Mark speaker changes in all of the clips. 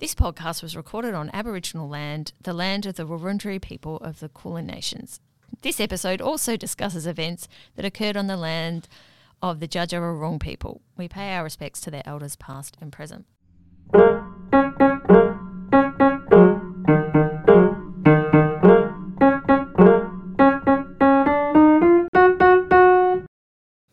Speaker 1: podcast was recorded on Aboriginal land, the land of the Wurundjeri people of the Kulin Nations. This episode also discusses events that occurred on the land of the Jajarurung people. We pay our respects to their elders past and present.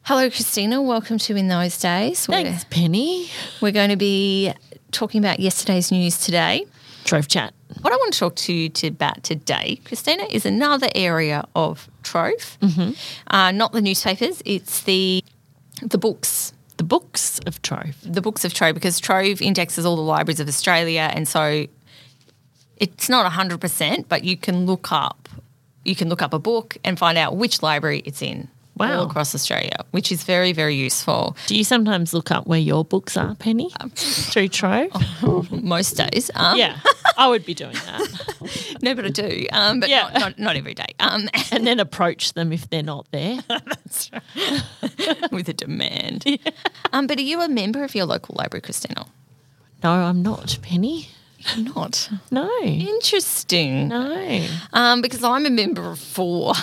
Speaker 1: Hello, Christina. Welcome to In Those Days. We're-
Speaker 2: Thanks, Penny.
Speaker 1: We're going to be talking about yesterday's news today.
Speaker 2: Trove chat.
Speaker 1: What I want to talk to you to, about today, Christina, is another area of Trove.
Speaker 2: Mm-hmm.
Speaker 1: Uh, not the newspapers, it's the the books,
Speaker 2: The books of Trove.
Speaker 1: the books of Trove, because Trove indexes all the libraries of Australia, and so it's not hundred percent, but you can look up you can look up a book and find out which library it's in
Speaker 2: Wow.
Speaker 1: all across Australia, which is very very useful.
Speaker 2: Do you sometimes look up where your books are, Penny? Through Trove?
Speaker 1: Most days, um,
Speaker 2: Yeah. I would be doing that.
Speaker 1: no, but I do, um, but
Speaker 2: Yeah.
Speaker 1: not, not not every day. Um,
Speaker 2: And then approach them if they're not there.
Speaker 1: with a demand. Um, but are you a member of your local library, Christina?
Speaker 2: No, I'm not, Penny.
Speaker 1: I'm not.
Speaker 2: No.
Speaker 1: Interesting.
Speaker 2: No.
Speaker 1: Um, because I'm a member of four.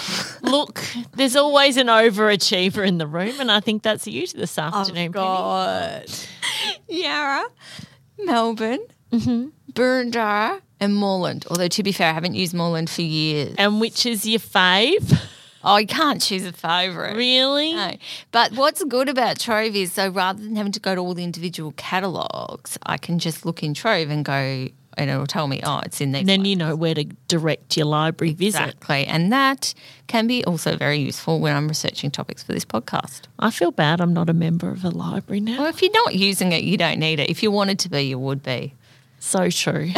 Speaker 2: Look, there's always an overachiever in the room, and I think that's you this afternoon, Penny.
Speaker 1: God. Yarra, Melbourne,
Speaker 2: Mm-hmm.
Speaker 1: mm Burundara, and Moreland. Although, to be fair, I haven't used Moreland for years.
Speaker 2: And which is your fave?
Speaker 1: Oh, I can't choose a favourite.
Speaker 2: Really?
Speaker 1: No. But what's good about Trove is so rather than having to go to all the individual catalogues, I can just look in Trove and go, and it'll tell me, oh, it's in there.
Speaker 2: And then you know where to direct your library visit.
Speaker 1: Exactly. And that can be also very useful when I'm researching topics for this podcast.
Speaker 2: I feel bad I'm not a member of a library now.
Speaker 1: Well, if you're not using it, you don't need it. If you wanted to be, you would be.
Speaker 2: So true.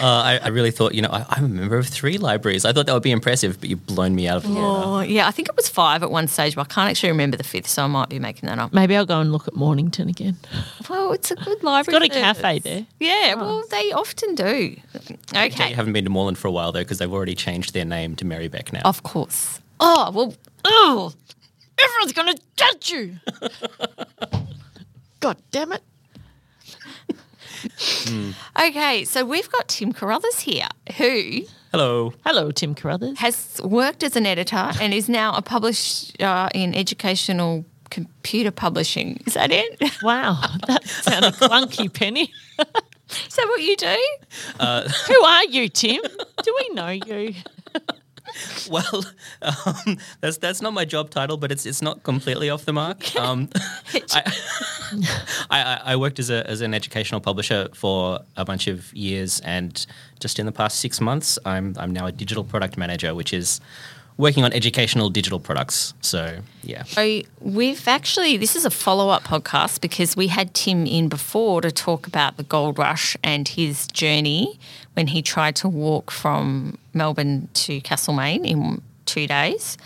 Speaker 3: Uh, I, I really thought, you know, I, I'm a member of three libraries. I thought that would be impressive, but you've blown me out of the water.
Speaker 1: Oh, yeah. I think it was five at one stage, but I can't actually remember the fifth, so I might be making that up.
Speaker 2: Maybe I'll go and look at Mornington again.
Speaker 1: Well, it's a good library.
Speaker 2: Got a
Speaker 1: service.
Speaker 2: cafe Oh. there.
Speaker 1: Yeah, well, they often do.
Speaker 3: Okay.
Speaker 1: Okay.
Speaker 3: You haven't been to Moreland for a while, though, because they've already changed their name to Marybeck now.
Speaker 1: Of course. Oh, well,
Speaker 2: Oh, everyone's going to judge you. God damn it.
Speaker 1: okay. So we've got Tim Carruthers here, who
Speaker 3: Hello.
Speaker 2: Hello, Tim Carruthers.
Speaker 1: has worked as an editor and is now a publisher uh, in educational computer publishing. Is that it? Is
Speaker 2: Wow, that sounded clunky, Penny.
Speaker 1: that what you do?
Speaker 2: Who are you, Tim? Do we know you?
Speaker 3: Well, um, that's that's not my job title, but it's it's not completely off the mark. Um, I, I, I- I worked as a as an educational publisher for a bunch of years, and just in the past six months, I'm I'm now a digital product manager, which is working on educational digital products. So yeah.
Speaker 1: So we've actually this is a follow up podcast because we had Tim in before to talk about the gold rush and his journey when he tried to walk from Melbourne to Castlemaine in two days.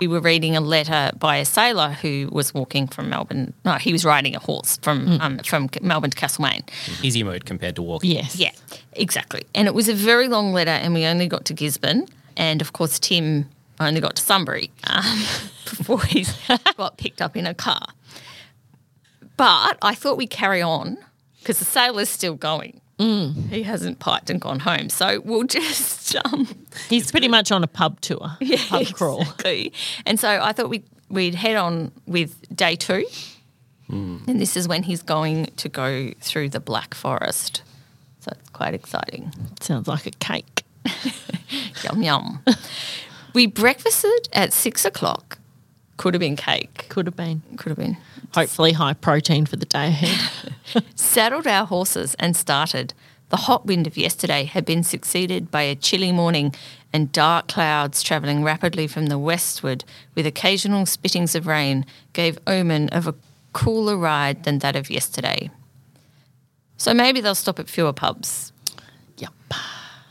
Speaker 1: We were reading a letter by a sailor who was walking from Melbourne. No, he was riding a horse from um, from Melbourne to Castlemaine.
Speaker 3: Easy mode compared to walking.
Speaker 2: Yes.
Speaker 1: Yeah, exactly. And it was a very long letter, and we only got to Gisborne. And of course, Tim only got to Sunbury um, before he got picked up in a car. But I thought we'd carry on because the sailor's still going.
Speaker 2: Mm.
Speaker 1: He hasn't piped and gone home. So we'll just. Um,
Speaker 2: He's pretty much on a pub tour, pub crawl.
Speaker 1: Exactly. And so I thought we'd, we'd head on with day two.
Speaker 2: Mm.
Speaker 1: And this is when he's going to go through the Black Forest. So it's quite exciting.
Speaker 2: Sounds like a cake.
Speaker 1: Yum yum. we breakfasted at six o'clock. Could have been cake.
Speaker 2: Could have been.
Speaker 1: Could have been.
Speaker 2: Hopefully, high protein for the day ahead.
Speaker 1: Saddled our horses and started. The hot wind of yesterday had been succeeded by a chilly morning and dark clouds travelling rapidly from the westward with occasional spittings of rain gave omen of a cooler ride than that of yesterday. So maybe they'll stop at fewer pubs.
Speaker 2: Yep.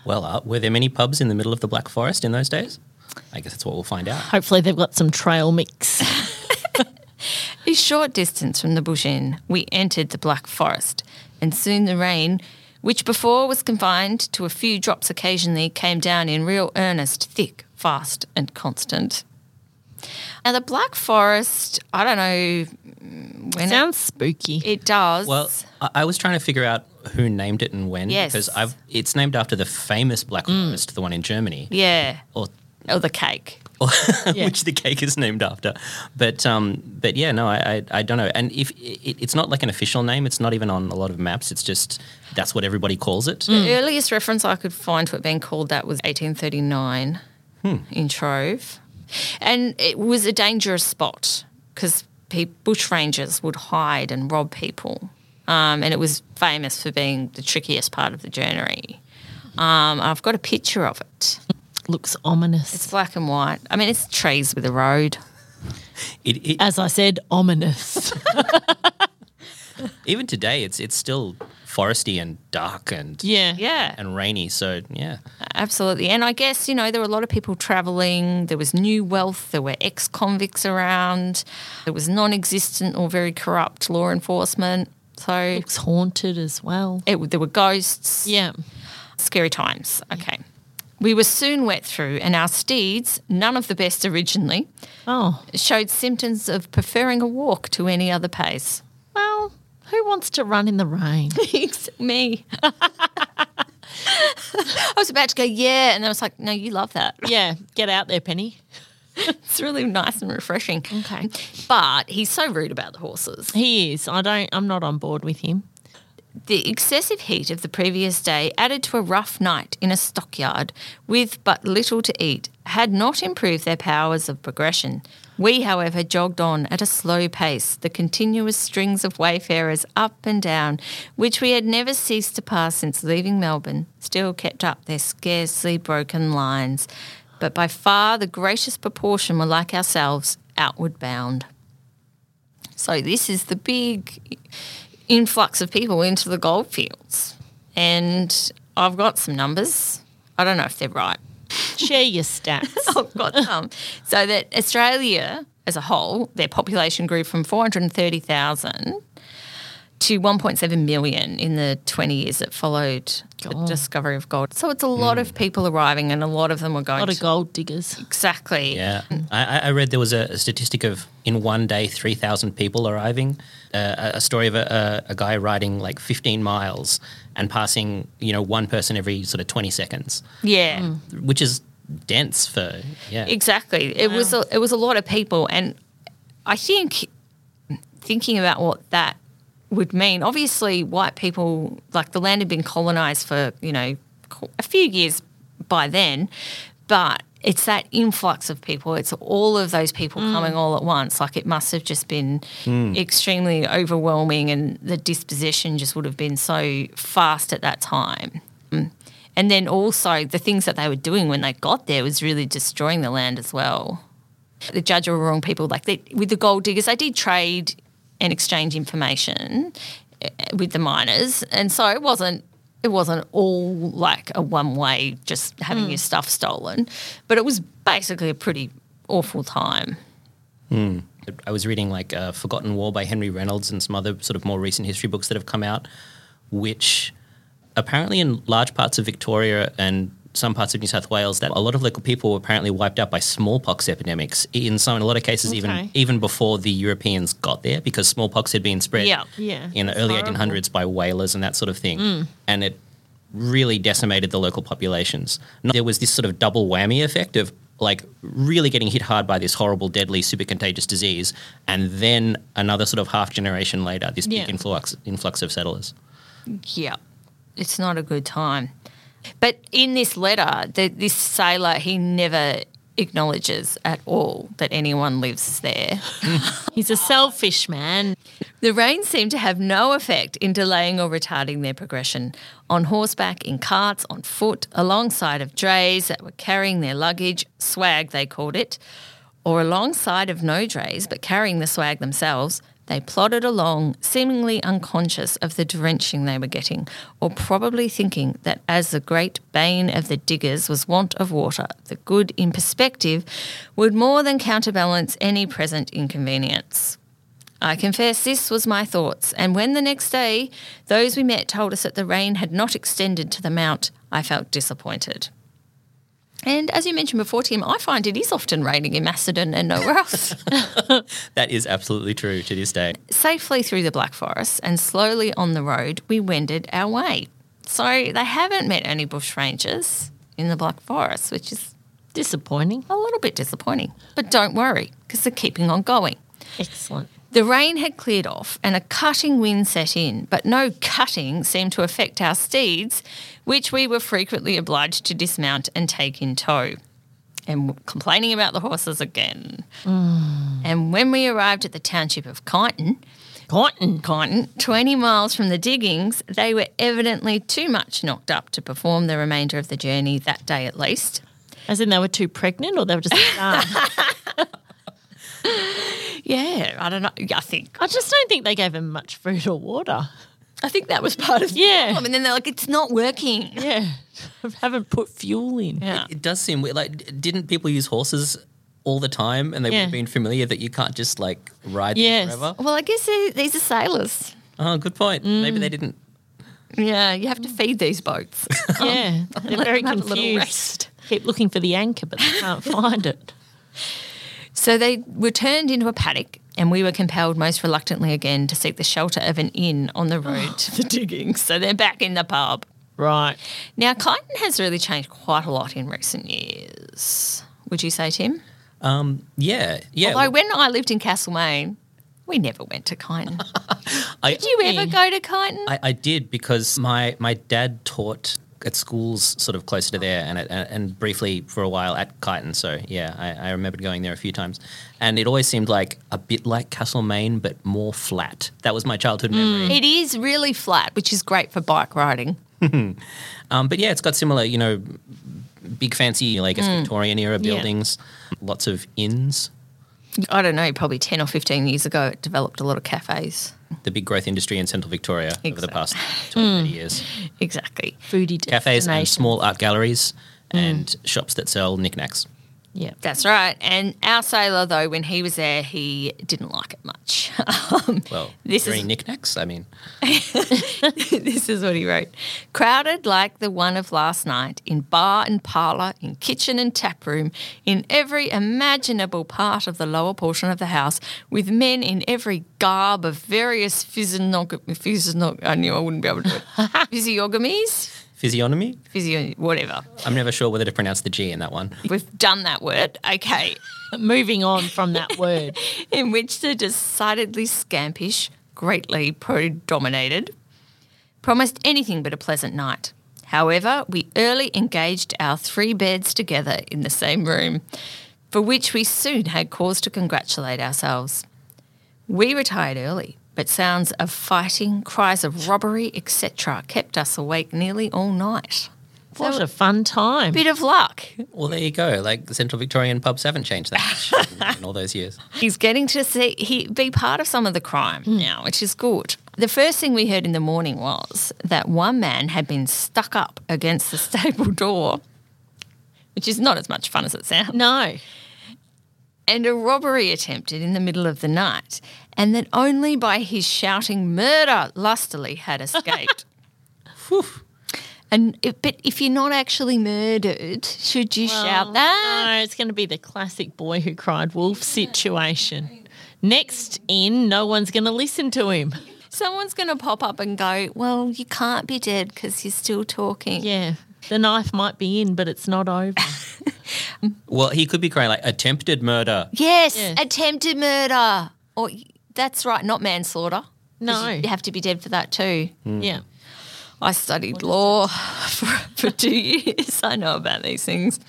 Speaker 3: Well, uh, were there many pubs in the middle of the Black Forest in those days? I guess that's what we'll find out.
Speaker 2: Hopefully, they've got some trail mix.
Speaker 1: A short distance from the bush inn, we entered the Black Forest, and soon the rain which before was confined to a few drops occasionally, came down in real earnest, thick, fast, and constant. Now, the Black Forest, I don't know mm, when it-
Speaker 2: Sounds spooky.
Speaker 1: it, does.
Speaker 3: Well, I, I was trying to figure out who named it and when
Speaker 1: Yes.
Speaker 3: because I've it's named after the famous Black
Speaker 2: Mm.
Speaker 3: Forest, the one in Germany,
Speaker 1: yeah.
Speaker 3: or,
Speaker 1: Or the cake.
Speaker 3: or
Speaker 2: Yeah.
Speaker 3: which the cake is named after. But um, but yeah, no, I, I I don't know. And if it, it's not like an official name, it's not even on a lot of maps. It's just that's what everybody calls it.
Speaker 2: Mm.
Speaker 1: The earliest reference I could find to it being called that was 1839 in Trove. And it was a dangerous spot because pe- bushrangers would hide and rob people. Um, and it was famous for being the trickiest part of the journey. Um, I've got a picture of it.
Speaker 2: Looks ominous.
Speaker 1: It's black and white. I mean, it's trees with a road.
Speaker 3: It, it,
Speaker 2: As I said, ominous.
Speaker 3: even today, it's it's still foresty and dark and
Speaker 2: yeah.
Speaker 1: Yeah.
Speaker 3: and rainy. So yeah,
Speaker 1: Absolutely. And I guess, you know, there were a lot of people traveling. There was new wealth. There were ex convicts around. There was non existent or very corrupt law enforcement. So
Speaker 2: Looks haunted as well.
Speaker 1: it, there were ghosts.
Speaker 2: Yeah.
Speaker 1: Scary times. Okay. We were soon wet through, and our steeds, none of the best originally,
Speaker 2: Oh.
Speaker 1: showed symptoms of preferring a walk to any other pace.
Speaker 2: Well, who wants to run in the rain?
Speaker 1: It's me. I was about to go, yeah. And then I was like, no, you love that.
Speaker 2: yeah. Get out there, Penny.
Speaker 1: It's really nice and refreshing.
Speaker 2: Okay.
Speaker 1: But he's so rude about the horses.
Speaker 2: He is. I don't I'm not on board with him.
Speaker 1: The excessive heat of the previous day, added to a rough night in a stockyard with but little to eat, had not improved their powers of progression. We, however, jogged on at a slow pace, the continuous strings of wayfarers up and down, which we had never ceased to pass since leaving Melbourne, still kept up their scarcely broken lines. But by far the greatest proportion were like ourselves, outward bound. So this is the big influx of people into the goldfields. And I've got some numbers. I don't know if they're right.
Speaker 2: Share your stats.
Speaker 1: I've got some. so that Australia as a whole, their population grew from 430,000 to 1.7 million in the 20 years that followed the
Speaker 2: God.
Speaker 1: discovery of gold. So it's a lot of people arriving and a lot of them were
Speaker 2: a
Speaker 1: going
Speaker 2: lot
Speaker 1: to
Speaker 2: of gold diggers.
Speaker 1: Exactly.
Speaker 3: yeah. I, I- I read there was a, a statistic of in one day three thousand people arriving. Uh, a, a story of a, a, a guy riding like fifteen miles and passing you know one person every sort of twenty seconds,
Speaker 1: Yeah.
Speaker 2: Hmm.
Speaker 3: which is dense for yeah.
Speaker 1: Exactly. It was a, it was a lot of people, and I think thinking about what that would mean. Obviously, white people like the land had been colonized for you know co- a few years by then, but it's that influx of people. It's all of those people
Speaker 3: Mm.
Speaker 1: coming all at once. Like it must have just been extremely overwhelming, and the disposition just would have been so fast at that time. And then also the things that they were doing when they got there was really destroying the land as well. The judge were wrong people. Like they, with the gold diggers, they did trade and exchange information eh, with the miners, and so it wasn't it wasn't all like a one way just having your stuff stolen, but it was basically a pretty awful time.
Speaker 3: I was reading like uh, Forgotten War by Henry Reynolds and some other sort of more recent history books that have come out, which apparently in large parts of Victoria and some parts of New South Wales, that a lot of local people were apparently wiped out by smallpox epidemics. In some, in a lot of cases, even
Speaker 2: Okay.
Speaker 3: even before the Europeans got there, because smallpox had been spread
Speaker 1: Yeah.
Speaker 2: Yeah,
Speaker 3: in the
Speaker 2: that's
Speaker 3: early
Speaker 2: horrible. Mm.
Speaker 3: 1800s by whalers and that sort of thing, and it really decimated the local populations. No- There was this sort of double whammy effect of like really getting hit hard by this horrible, deadly, super contagious disease, and then another sort of half generation later, this
Speaker 2: Yeah.
Speaker 3: big influx influx of settlers.
Speaker 1: Yeah, it's not a good time. But in this letter, the, this sailor, he never acknowledges at all that anyone lives there.
Speaker 2: He's a selfish man.
Speaker 1: The rain seemed to have no effect in delaying or retarding their progression. On horseback, in carts, on foot, alongside of drays that were carrying their luggage, swag they called it, or alongside of no drays but carrying the swag themselves, they plodded along, seemingly unconscious of the drenching they were getting, or probably thinking that as the great bane of the diggers was want of water, the good in perspective would more than counterbalance any present inconvenience. I confess this was my thoughts, and when the next day those we met told us that the rain had not extended to the mount, I felt disappointed. And as you mentioned before, Tim, I find it is often raining in Macedon and nowhere else.
Speaker 3: That is absolutely true to this day.
Speaker 1: Safely through the Black Forest and slowly on the road, we wended our way. So they haven't met any bushrangers in the Black Forest, which is
Speaker 2: Disappointing.
Speaker 1: a little bit disappointing. But don't worry, because they're keeping on going.
Speaker 2: Excellent.
Speaker 1: The rain had cleared off and a cutting wind set in, but no cutting seemed to affect our steeds, which we were frequently obliged to dismount and take in tow. And complaining about the horses again. And when we arrived at the township of Kyneton,
Speaker 2: Cotton.
Speaker 1: Kyneton, 20 miles from the diggings, they were evidently too much knocked up to perform the remainder of the journey that day at least.
Speaker 2: As in they were too pregnant or they were just "Ah." dumb?
Speaker 1: Yeah, I don't know. I think
Speaker 2: I just don't think they gave him much food or water.
Speaker 1: I think that was part of the
Speaker 2: Yeah.
Speaker 1: problem. And then they're like, it's not working.
Speaker 2: Yeah. Haven't put fuel in.
Speaker 1: Yeah.
Speaker 3: It does seem weird. Like, d- didn't people use horses all the time and they would
Speaker 2: Yeah.
Speaker 3: have been familiar that you can't just like ride them
Speaker 2: Yes.
Speaker 3: forever?
Speaker 1: Well, I guess they- these are sailors.
Speaker 3: Oh, good point.
Speaker 2: Mm.
Speaker 3: Maybe they didn't.
Speaker 1: Yeah, you have to feed these boats.
Speaker 2: Yeah. They're very
Speaker 1: them have a little
Speaker 2: confused.
Speaker 1: rest.
Speaker 2: Keep looking for the anchor, but they can't find it.
Speaker 1: so they were turned into a paddock, and we were compelled most reluctantly again to seek the shelter of an inn on the road to the diggings. So they're back in the pub.
Speaker 2: Right.
Speaker 1: Now, Kyneton has really changed quite a lot in recent years. Would you say, Tim?
Speaker 3: Yeah. Yeah.
Speaker 1: Although when I lived in Castlemaine, we never went to Kyneton.
Speaker 3: I,
Speaker 1: Did you ever go to Kyneton?
Speaker 3: I, I did because my, my dad taught at schools sort of closer to there and, at, and and briefly for a while at Kyneton. So, yeah, I, I remembered going there a few times. And it always seemed like a bit like Castlemaine, but more flat. That was my childhood memory.
Speaker 1: It is really flat, which is great for bike riding.
Speaker 3: Um, but yeah, it's got similar, you know, big fancy, like I
Speaker 1: Mm.
Speaker 3: guess, Victorian era buildings, lots of inns.
Speaker 1: I don't know, probably 10 or 15 years ago, it developed a lot of cafes.
Speaker 3: The big growth industry in central Victoria over the
Speaker 1: Exactly.
Speaker 3: past 20, 30
Speaker 1: Mm.
Speaker 3: years.
Speaker 1: Exactly.
Speaker 2: Foodie
Speaker 3: Cafes and
Speaker 2: destination.
Speaker 3: small art galleries
Speaker 1: Mm.
Speaker 3: and shops that sell knickknacks.
Speaker 2: Yeah.
Speaker 1: That's right. And our sailor, though, when he was there, he didn't like it much.
Speaker 3: Well,
Speaker 1: This
Speaker 3: this
Speaker 1: is-
Speaker 3: knickknacks? I mean,
Speaker 1: this is what he wrote Crowded like the one of last night, in bar and parlour, in kitchen and tap room, in every imaginable part of the lower portion of the house, with men in every garb of various physiognomy. Physiognom- I knew I wouldn't be able to do it. Physiognomies?
Speaker 3: physiognomy?
Speaker 1: Physio- whatever.
Speaker 3: I'm never sure whether to pronounce the G in that one.
Speaker 1: We've done that word. Okay.
Speaker 2: Moving on from that word.
Speaker 1: in which the decidedly scampish greatly predominated, promised anything but a pleasant night. However, we early engaged our three beds together in the same room, for which we soon had cause to congratulate ourselves. We retired early, but sounds of fighting, cries of robbery, etc., kept us awake nearly all night.
Speaker 2: What a fun time.
Speaker 1: Bit of luck.
Speaker 3: Well, there you go. Like, central Victorian pubs haven't changed that much in all those years.
Speaker 1: He's getting to see he be part of some of the crime
Speaker 2: Hmm.
Speaker 1: now, which is good. The first thing we heard in the morning was that one man had been stuck up against the stable door, which is not as much fun as it sounds,
Speaker 2: No.
Speaker 1: and a robbery attempted in the middle of the night, and that only by his shouting murder lustily had escaped.
Speaker 3: Whew.
Speaker 1: And if, but if you're not actually murdered, should you shout that?
Speaker 2: No, it's going to be the classic boy who cried wolf situation. Next in, no one's going to listen to him.
Speaker 1: Someone's going to pop up and go, "Well, you can't be dead because you're still talking."
Speaker 2: Yeah. The knife might be in, but it's not over.
Speaker 3: Well, he could be crying like attempted murder.
Speaker 1: Yes,
Speaker 2: Yeah.
Speaker 1: attempted murder. Or that's right, not manslaughter. 'Cause
Speaker 2: No.
Speaker 1: you have to be dead for that too.
Speaker 2: Yeah.
Speaker 1: I studied law for, for two years. I know about these things.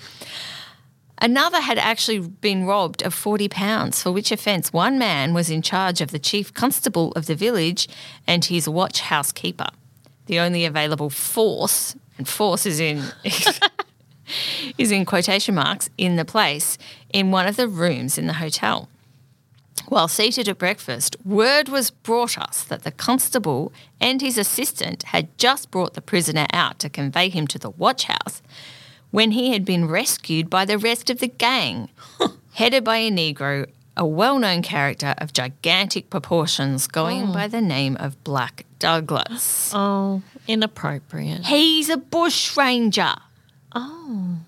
Speaker 1: Another had actually been robbed of forty pounds, for which offence one man was in charge of the chief constable of the village and his watch housekeeper. The only available force, and force is in is in quotation marks in the place in one of the rooms in the hotel. While seated at breakfast, word was brought us that the constable and his assistant had just brought the prisoner out to convey him to the watch house when he had been rescued by the rest of the gang, headed by a Negro a well known character of gigantic proportions going by the name of Black Douglas.
Speaker 2: Oh, inappropriate.
Speaker 1: He's a bush ranger.
Speaker 2: Oh,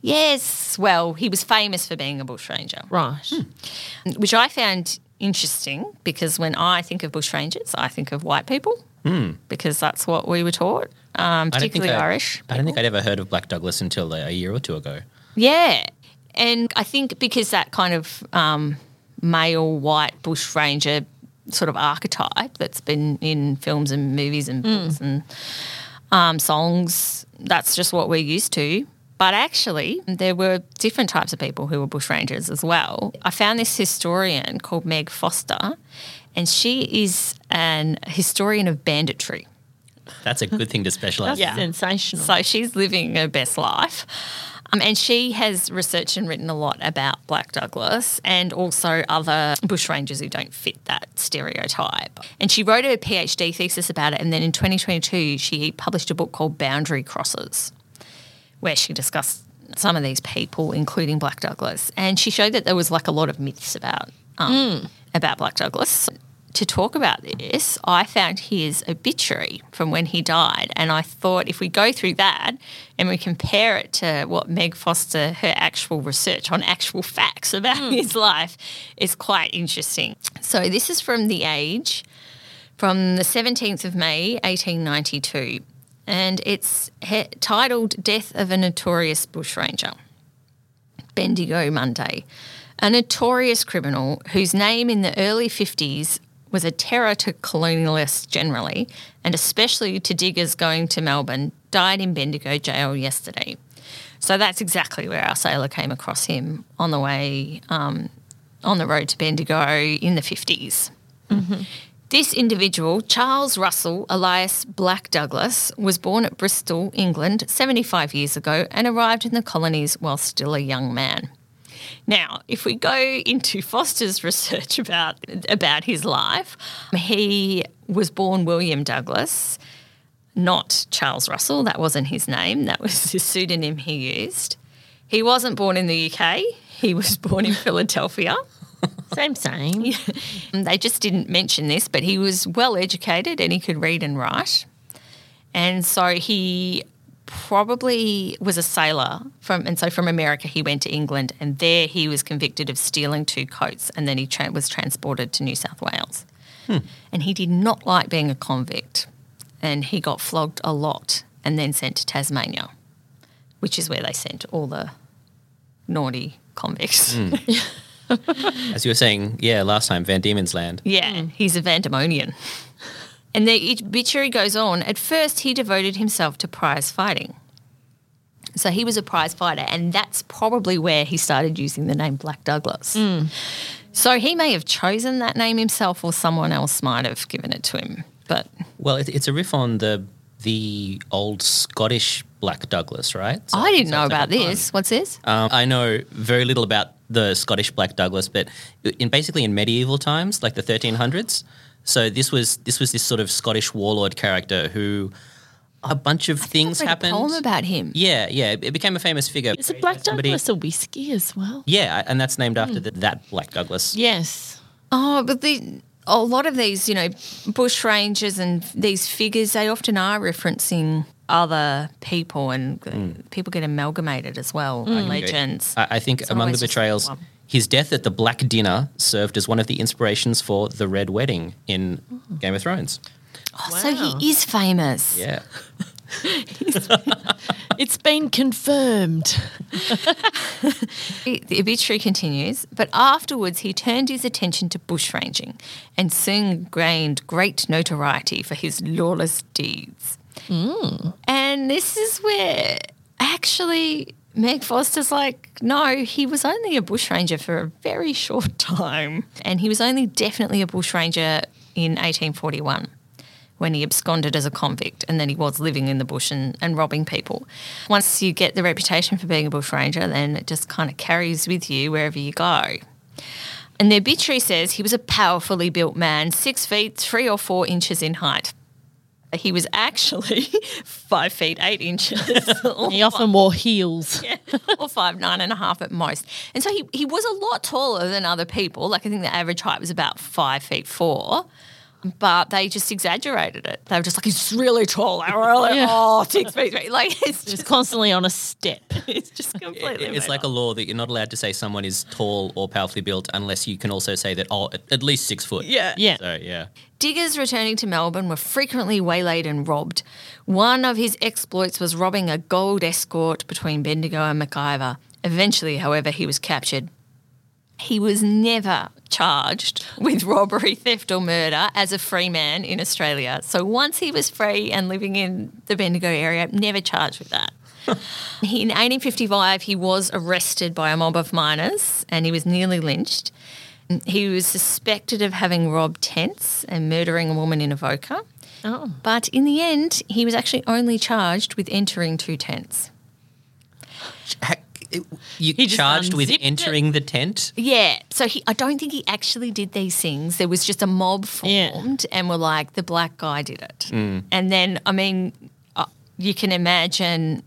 Speaker 1: Yes, well, he was famous for being a bush ranger.
Speaker 2: right.
Speaker 1: which I found interesting because when I think of bushrangers, I think of white people because that's what we were taught, um,
Speaker 3: Hmm. I don't think
Speaker 1: particularly
Speaker 3: I-
Speaker 1: Irish.
Speaker 3: I don't think I'd ever heard of Black Douglas until a, a year or two ago.
Speaker 1: Yeah. And I think because that kind of um, male white bushranger sort of archetype that's been in films and movies and books and um, songs, that's just what we're used to. But actually, there were different types of people who were bushrangers as well. I found this historian called Meg Foster, and she is an historian of banditry.
Speaker 3: That's a good thing to specialize.
Speaker 2: That's
Speaker 3: in.
Speaker 2: sensational.
Speaker 1: So she's living her best life. Um, and she has researched and written a lot about Black Douglas and also other bushrangers who don't fit that stereotype. And she wrote her PhD thesis about it. And then in 2022, she published a book called Boundary Crosses, where she discussed some of these people, including Black Douglas. And she showed that there was like a lot of myths about um, about Black Douglas. To talk about this, I found his obituary from when he died, and I thought if we go through that and we compare it to what Meg Foster, her actual research on actual facts about his life, is quite interesting. So this is from The Age, from the 17th of May, 1892, and it's he- titled Death of a Notorious Bushranger. Bendigo Monday, a notorious criminal whose name in the early 50s was a terror to colonialists generally, and especially to diggers going to Melbourne, died in Bendigo jail yesterday. So that's exactly where our sailor came across him on the way um, on the road to Bendigo in the 50s. This individual, Charles Russell Elias Black Douglas, was born at Bristol, England, 75 years ago and arrived in the colonies while still a young man. Now, if we go into Foster's research about, about his life, he was born William Douglas, not Charles Russell. That wasn't his name, that was the pseudonym he used. He wasn't born in the UK, he was born in Philadelphia.
Speaker 2: Same, same.
Speaker 1: And They just didn't mention this, but he was well educated and he could read and write. And so he probably was a sailor from and so from America he went to England and there he was convicted of stealing two coats and then he tra- was transported to New South Wales. And he did not like being a convict and he got flogged a lot and then sent to Tasmania, which is where they sent all the naughty convicts.
Speaker 3: As you were saying, yeah, last time Van Diemen's Land.
Speaker 1: Yeah, he's a Vandemonian. and the obituary goes on. At first, he devoted himself to prize fighting. So he was a prize fighter, and that's probably where he started using the name Black Douglas.
Speaker 3: Hmm.
Speaker 1: So he may have chosen that name himself, or someone else might have given it to him. But
Speaker 3: Well, it, it's a riff on the the old Scottish Black Douglas, right? So-
Speaker 1: I didn't
Speaker 3: so
Speaker 1: know
Speaker 3: it's like
Speaker 1: about
Speaker 3: a pun.
Speaker 1: this. What's this?
Speaker 3: Um, I know very little about the Scottish Black Douglas, but in basically in medieval times, like the 1300s, so this was this was this sort of Scottish warlord character who a bunch of things
Speaker 1: I read
Speaker 3: happened.
Speaker 1: A poem about him.
Speaker 3: yeah, yeah, it became a famous figure.
Speaker 2: Is it Black
Speaker 3: Somebody-
Speaker 2: Douglas a whiskey as well?
Speaker 3: Yeah, and that's named
Speaker 1: Hmm.
Speaker 3: after the, that Black Douglas.
Speaker 2: Yes.
Speaker 1: Oh, but the, a lot of these, you know, bush rangers and f- these figures, they often are referencing other people and g- people get amalgamated as well, legends.
Speaker 3: I, I think among the
Speaker 1: always just
Speaker 3: betrayals,
Speaker 1: one.
Speaker 3: his death at the Black Dinner served as one of the inspirations for the Red Wedding in Game of Thrones.
Speaker 1: Oh, So
Speaker 2: Wow.
Speaker 1: he is famous.
Speaker 3: Yeah.
Speaker 2: It's been confirmed.
Speaker 1: The the obituary continues, but afterwards he turned his attention to bushranging and soon gained great notoriety for his lawless deeds. And this is where actually Meg Foster's like, no, he was only a bushranger for a very short time. And he was only definitely a bushranger in 1841 when he absconded as a convict and then he was living in the bush and, and robbing people. Once you get the reputation for being a bushranger, then it just kind of carries with you wherever you go. And the obituary says he was a powerfully built man, six feet, three or four inches in height. he was actually five feet eight inches. or
Speaker 2: He often wore heels.
Speaker 1: or five nine and a half at most. And so he he was a lot taller than other people. Like I think the average height was about five feet four. But they just exaggerated it. They were just like, he's really tall. I really,
Speaker 2: Yeah.
Speaker 1: oh, six feet. three." Like, it's
Speaker 2: He was
Speaker 1: just,
Speaker 2: constantly on a step.
Speaker 1: it's just completely.
Speaker 3: It's
Speaker 1: made
Speaker 3: like a
Speaker 1: up.
Speaker 3: law that you're not allowed to say someone is tall or powerfully built unless you can also say that, oh, at- at least six foot.
Speaker 1: Yeah.
Speaker 2: Yeah.
Speaker 3: So, yeah.
Speaker 1: Diggers returning to Melbourne were frequently waylaid and robbed. One of his exploits was robbing a gold escort between Bendigo and MacIver. Eventually, however, he was captured. He was never charged with robbery, theft, or murder as a free man in Australia. So once he was free and living in the Bendigo area, never charged with that. He- In 1855, he was arrested by a mob of miners and he was nearly lynched. He was suspected of having robbed tents and murdering a woman in Avoca.
Speaker 2: Oh.
Speaker 1: But in the end, he was actually only charged with entering two tents.
Speaker 3: You
Speaker 2: He just
Speaker 3: charged with
Speaker 2: unzipped it.
Speaker 3: entering the tent?
Speaker 1: Yeah. So he, I don't think he actually did these things. There was just a mob
Speaker 2: Yeah. Mm.
Speaker 1: formed and were like, the black guy did it. And then, I mean, uh, you can imagine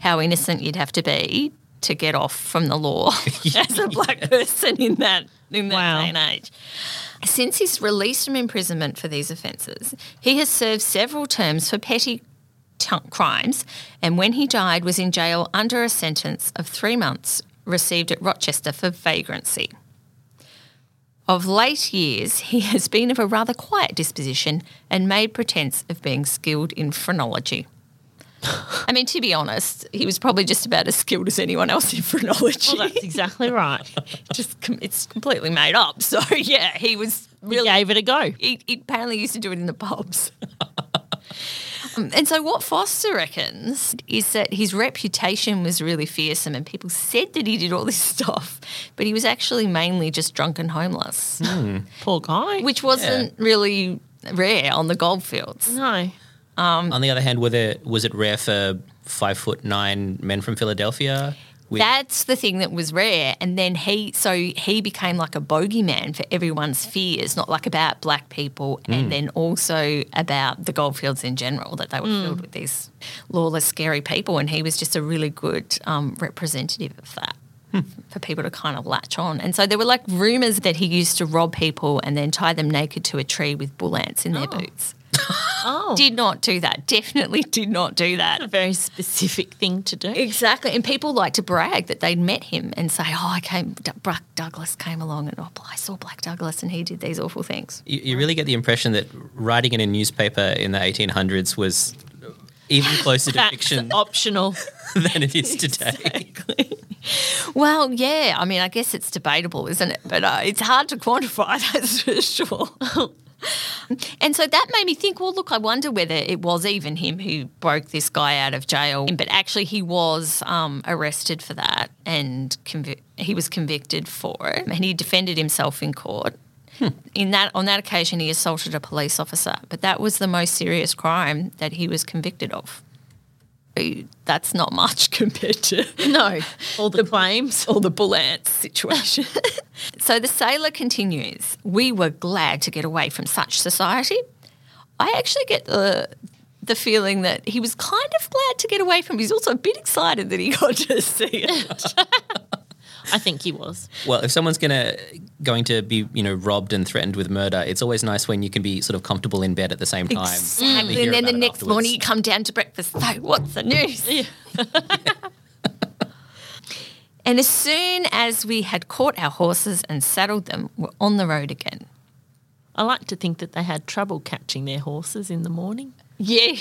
Speaker 1: how innocent you'd have to be to get off from the law as a black person in that in that
Speaker 2: Wow.
Speaker 1: day and age. Since his release from imprisonment for these offences, he has served several terms for petty t- crimes, and when he died, was in jail under a sentence of three months received at Rochester for vagrancy. Of late years, he has been of a rather quiet disposition and made pretense of being skilled in phrenology. I mean, to be honest, he was probably just about as skilled as anyone else in phrenology.
Speaker 2: Well, that's exactly right.
Speaker 1: just com- it's completely made up. So yeah, he was
Speaker 2: He
Speaker 1: really
Speaker 2: gave it a go.
Speaker 1: he, he apparently used to do it in the pubs. Um, and so, what Foster reckons is that his reputation was really fearsome, and people said that he did all this stuff, but he was actually mainly just drunk and homeless,
Speaker 2: Poor guy.
Speaker 1: which wasn't really rare on the goldfields.
Speaker 2: no.
Speaker 3: On the other hand, were there, was it rare for five foot nine men from Philadelphia? With,
Speaker 1: That's the thing that was rare. And then he, so he became like a bogeyman for everyone's fears, not like about black people, and then also about the goldfields in general, that they were filled with these lawless, scary people. And he was just a really good um, representative of that. For people to kind of latch on. And so there were like rumors that he used to rob people and then tie them naked to a tree with bull ants in their boots.
Speaker 2: Oh.
Speaker 1: Did not do that. Definitely did not do that.
Speaker 2: a very specific thing to do.
Speaker 1: Exactly. And people like to brag that they'd met him and say, oh, I came, D- Black Douglas came along and oh, I saw Black Douglas and he did these awful things.
Speaker 3: you, you really get the impression that writing in a newspaper in the 1800s was even closer to
Speaker 2: That's
Speaker 3: fiction
Speaker 2: optional.
Speaker 3: than it is today.
Speaker 1: Well, yeah. I mean, I guess it's debatable, isn't it? But uh, it's hard to quantify, that's for sure. And so that made me think, well, look, I wonder whether it was even him who broke this guy out of jail. But actually, he was um, arrested for that and convi- he was convicted for it. And he defended himself in court. In that, on that occasion, he assaulted a police officer, but that was the most serious crime that he was convicted of. That's not much compared to
Speaker 2: no. All the claims.
Speaker 1: or the bull ants situation. so the sailor continues We were glad to get away from such society. I actually get the the feeling that he was kind of glad to get away from. He's also a bit excited that he got to see it.
Speaker 2: I think he was.
Speaker 3: Well, if someone's gonna going to be you know robbed and threatened with murder, it's always nice when you can be sort of comfortable in bed at the same time.
Speaker 1: Exactly. And
Speaker 3: hear
Speaker 1: then the
Speaker 3: about it
Speaker 1: next
Speaker 3: afterwards.
Speaker 1: morning you come down to breakfast. So what's the news? And as soon as we had caught our horses and saddled them, we're on the road again.
Speaker 2: I like to think that they had trouble catching their horses in the morning
Speaker 1: Yeah.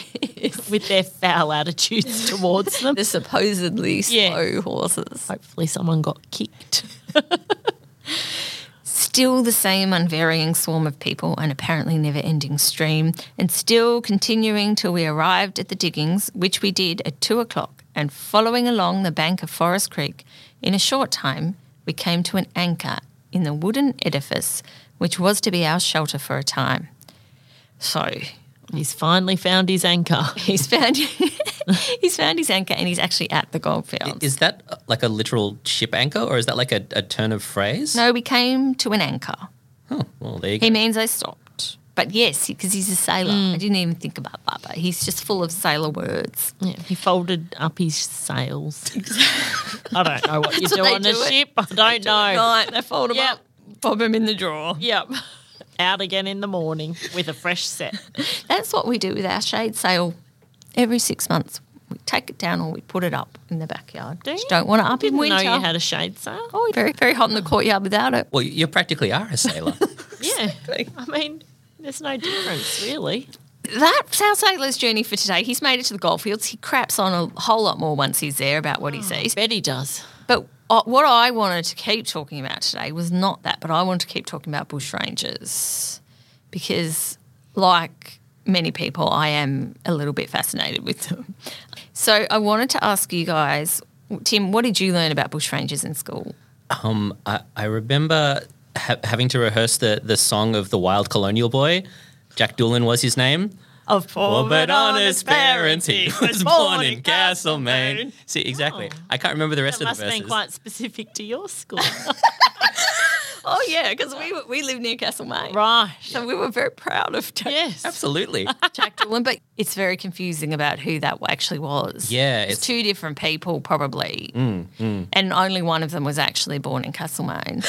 Speaker 2: with their foul attitudes towards them.
Speaker 1: the supposedly
Speaker 2: Yeah.
Speaker 1: slow horses.
Speaker 2: Hopefully, someone got kicked.
Speaker 1: Still the same unvarying swarm of people and apparently never ending stream, and still continuing till we arrived at the diggings, which we did at two o'clock, and following along the bank of Forest Creek, in a short time we came to an anchor in the wooden edifice which was to be our shelter for a time. So
Speaker 2: He's finally found his anchor.
Speaker 1: he's found he's found his anchor and he's actually at the goldfields.
Speaker 3: Is that uh, like a literal ship anchor, or is that like a, a turn of phrase?
Speaker 1: No, we came to an anchor.
Speaker 3: Oh, well, there you go.
Speaker 1: He means I stopped. But yes, because he's a sailor.
Speaker 2: Mm.
Speaker 1: I didn't even think about that, but he's just full of sailor words.
Speaker 2: Yeah, he folded up his sails. I don't know what you
Speaker 1: That's
Speaker 2: do
Speaker 1: what they
Speaker 2: on a
Speaker 1: do it.
Speaker 2: ship. I don't know.
Speaker 1: Right, they fold him
Speaker 2: Oh. Yep.
Speaker 1: up, bob him in the drawer.
Speaker 2: Yep. Out again in the morning with a fresh set.
Speaker 1: That's what we do with our shade sail every six months. We take it down or we put it up in the backyard.
Speaker 2: Do
Speaker 1: Just
Speaker 2: you?
Speaker 1: don't want it up in
Speaker 2: Didn't
Speaker 1: winter.
Speaker 2: know you had a shade sail.
Speaker 1: oh, very, very hot in the courtyard without it.
Speaker 3: Well, you practically are a sailor.
Speaker 2: Yeah. I mean, there's no difference really.
Speaker 1: That's our sailor's journey for today. He's made it to the goldfields. He craps on a whole lot more once he's there about
Speaker 2: Oh.
Speaker 1: what he sees.
Speaker 2: Betty does.
Speaker 1: But uh, what I wanted to keep talking about today was not that, but I wanted to keep talking about bushrangers because, like many people, I am a little bit fascinated with them. So I wanted to ask you guys, Tim, what did you learn about bushrangers in school?
Speaker 3: Um, I, I remember ha- having to rehearse the, the song of the Wild Colonial Boy. Jack Doolan was his name.
Speaker 1: Of
Speaker 3: Well, but on his parents, he was born in Castlemaine. See, exactly. I can't remember the rest
Speaker 2: That
Speaker 3: of
Speaker 2: must
Speaker 3: the
Speaker 2: have
Speaker 3: verses.
Speaker 2: been quite specific to your school.
Speaker 1: Oh yeah, because we we live near Castlemaine,
Speaker 2: right.
Speaker 1: So we were very proud of Jack,
Speaker 2: Yes.
Speaker 3: Absolutely.
Speaker 1: Jack Doolan, but it's very confusing about who that actually was.
Speaker 3: Yeah,
Speaker 1: It's
Speaker 3: it's- Mm,
Speaker 1: two different people, probably. And only one of them was actually born in Castlemaine.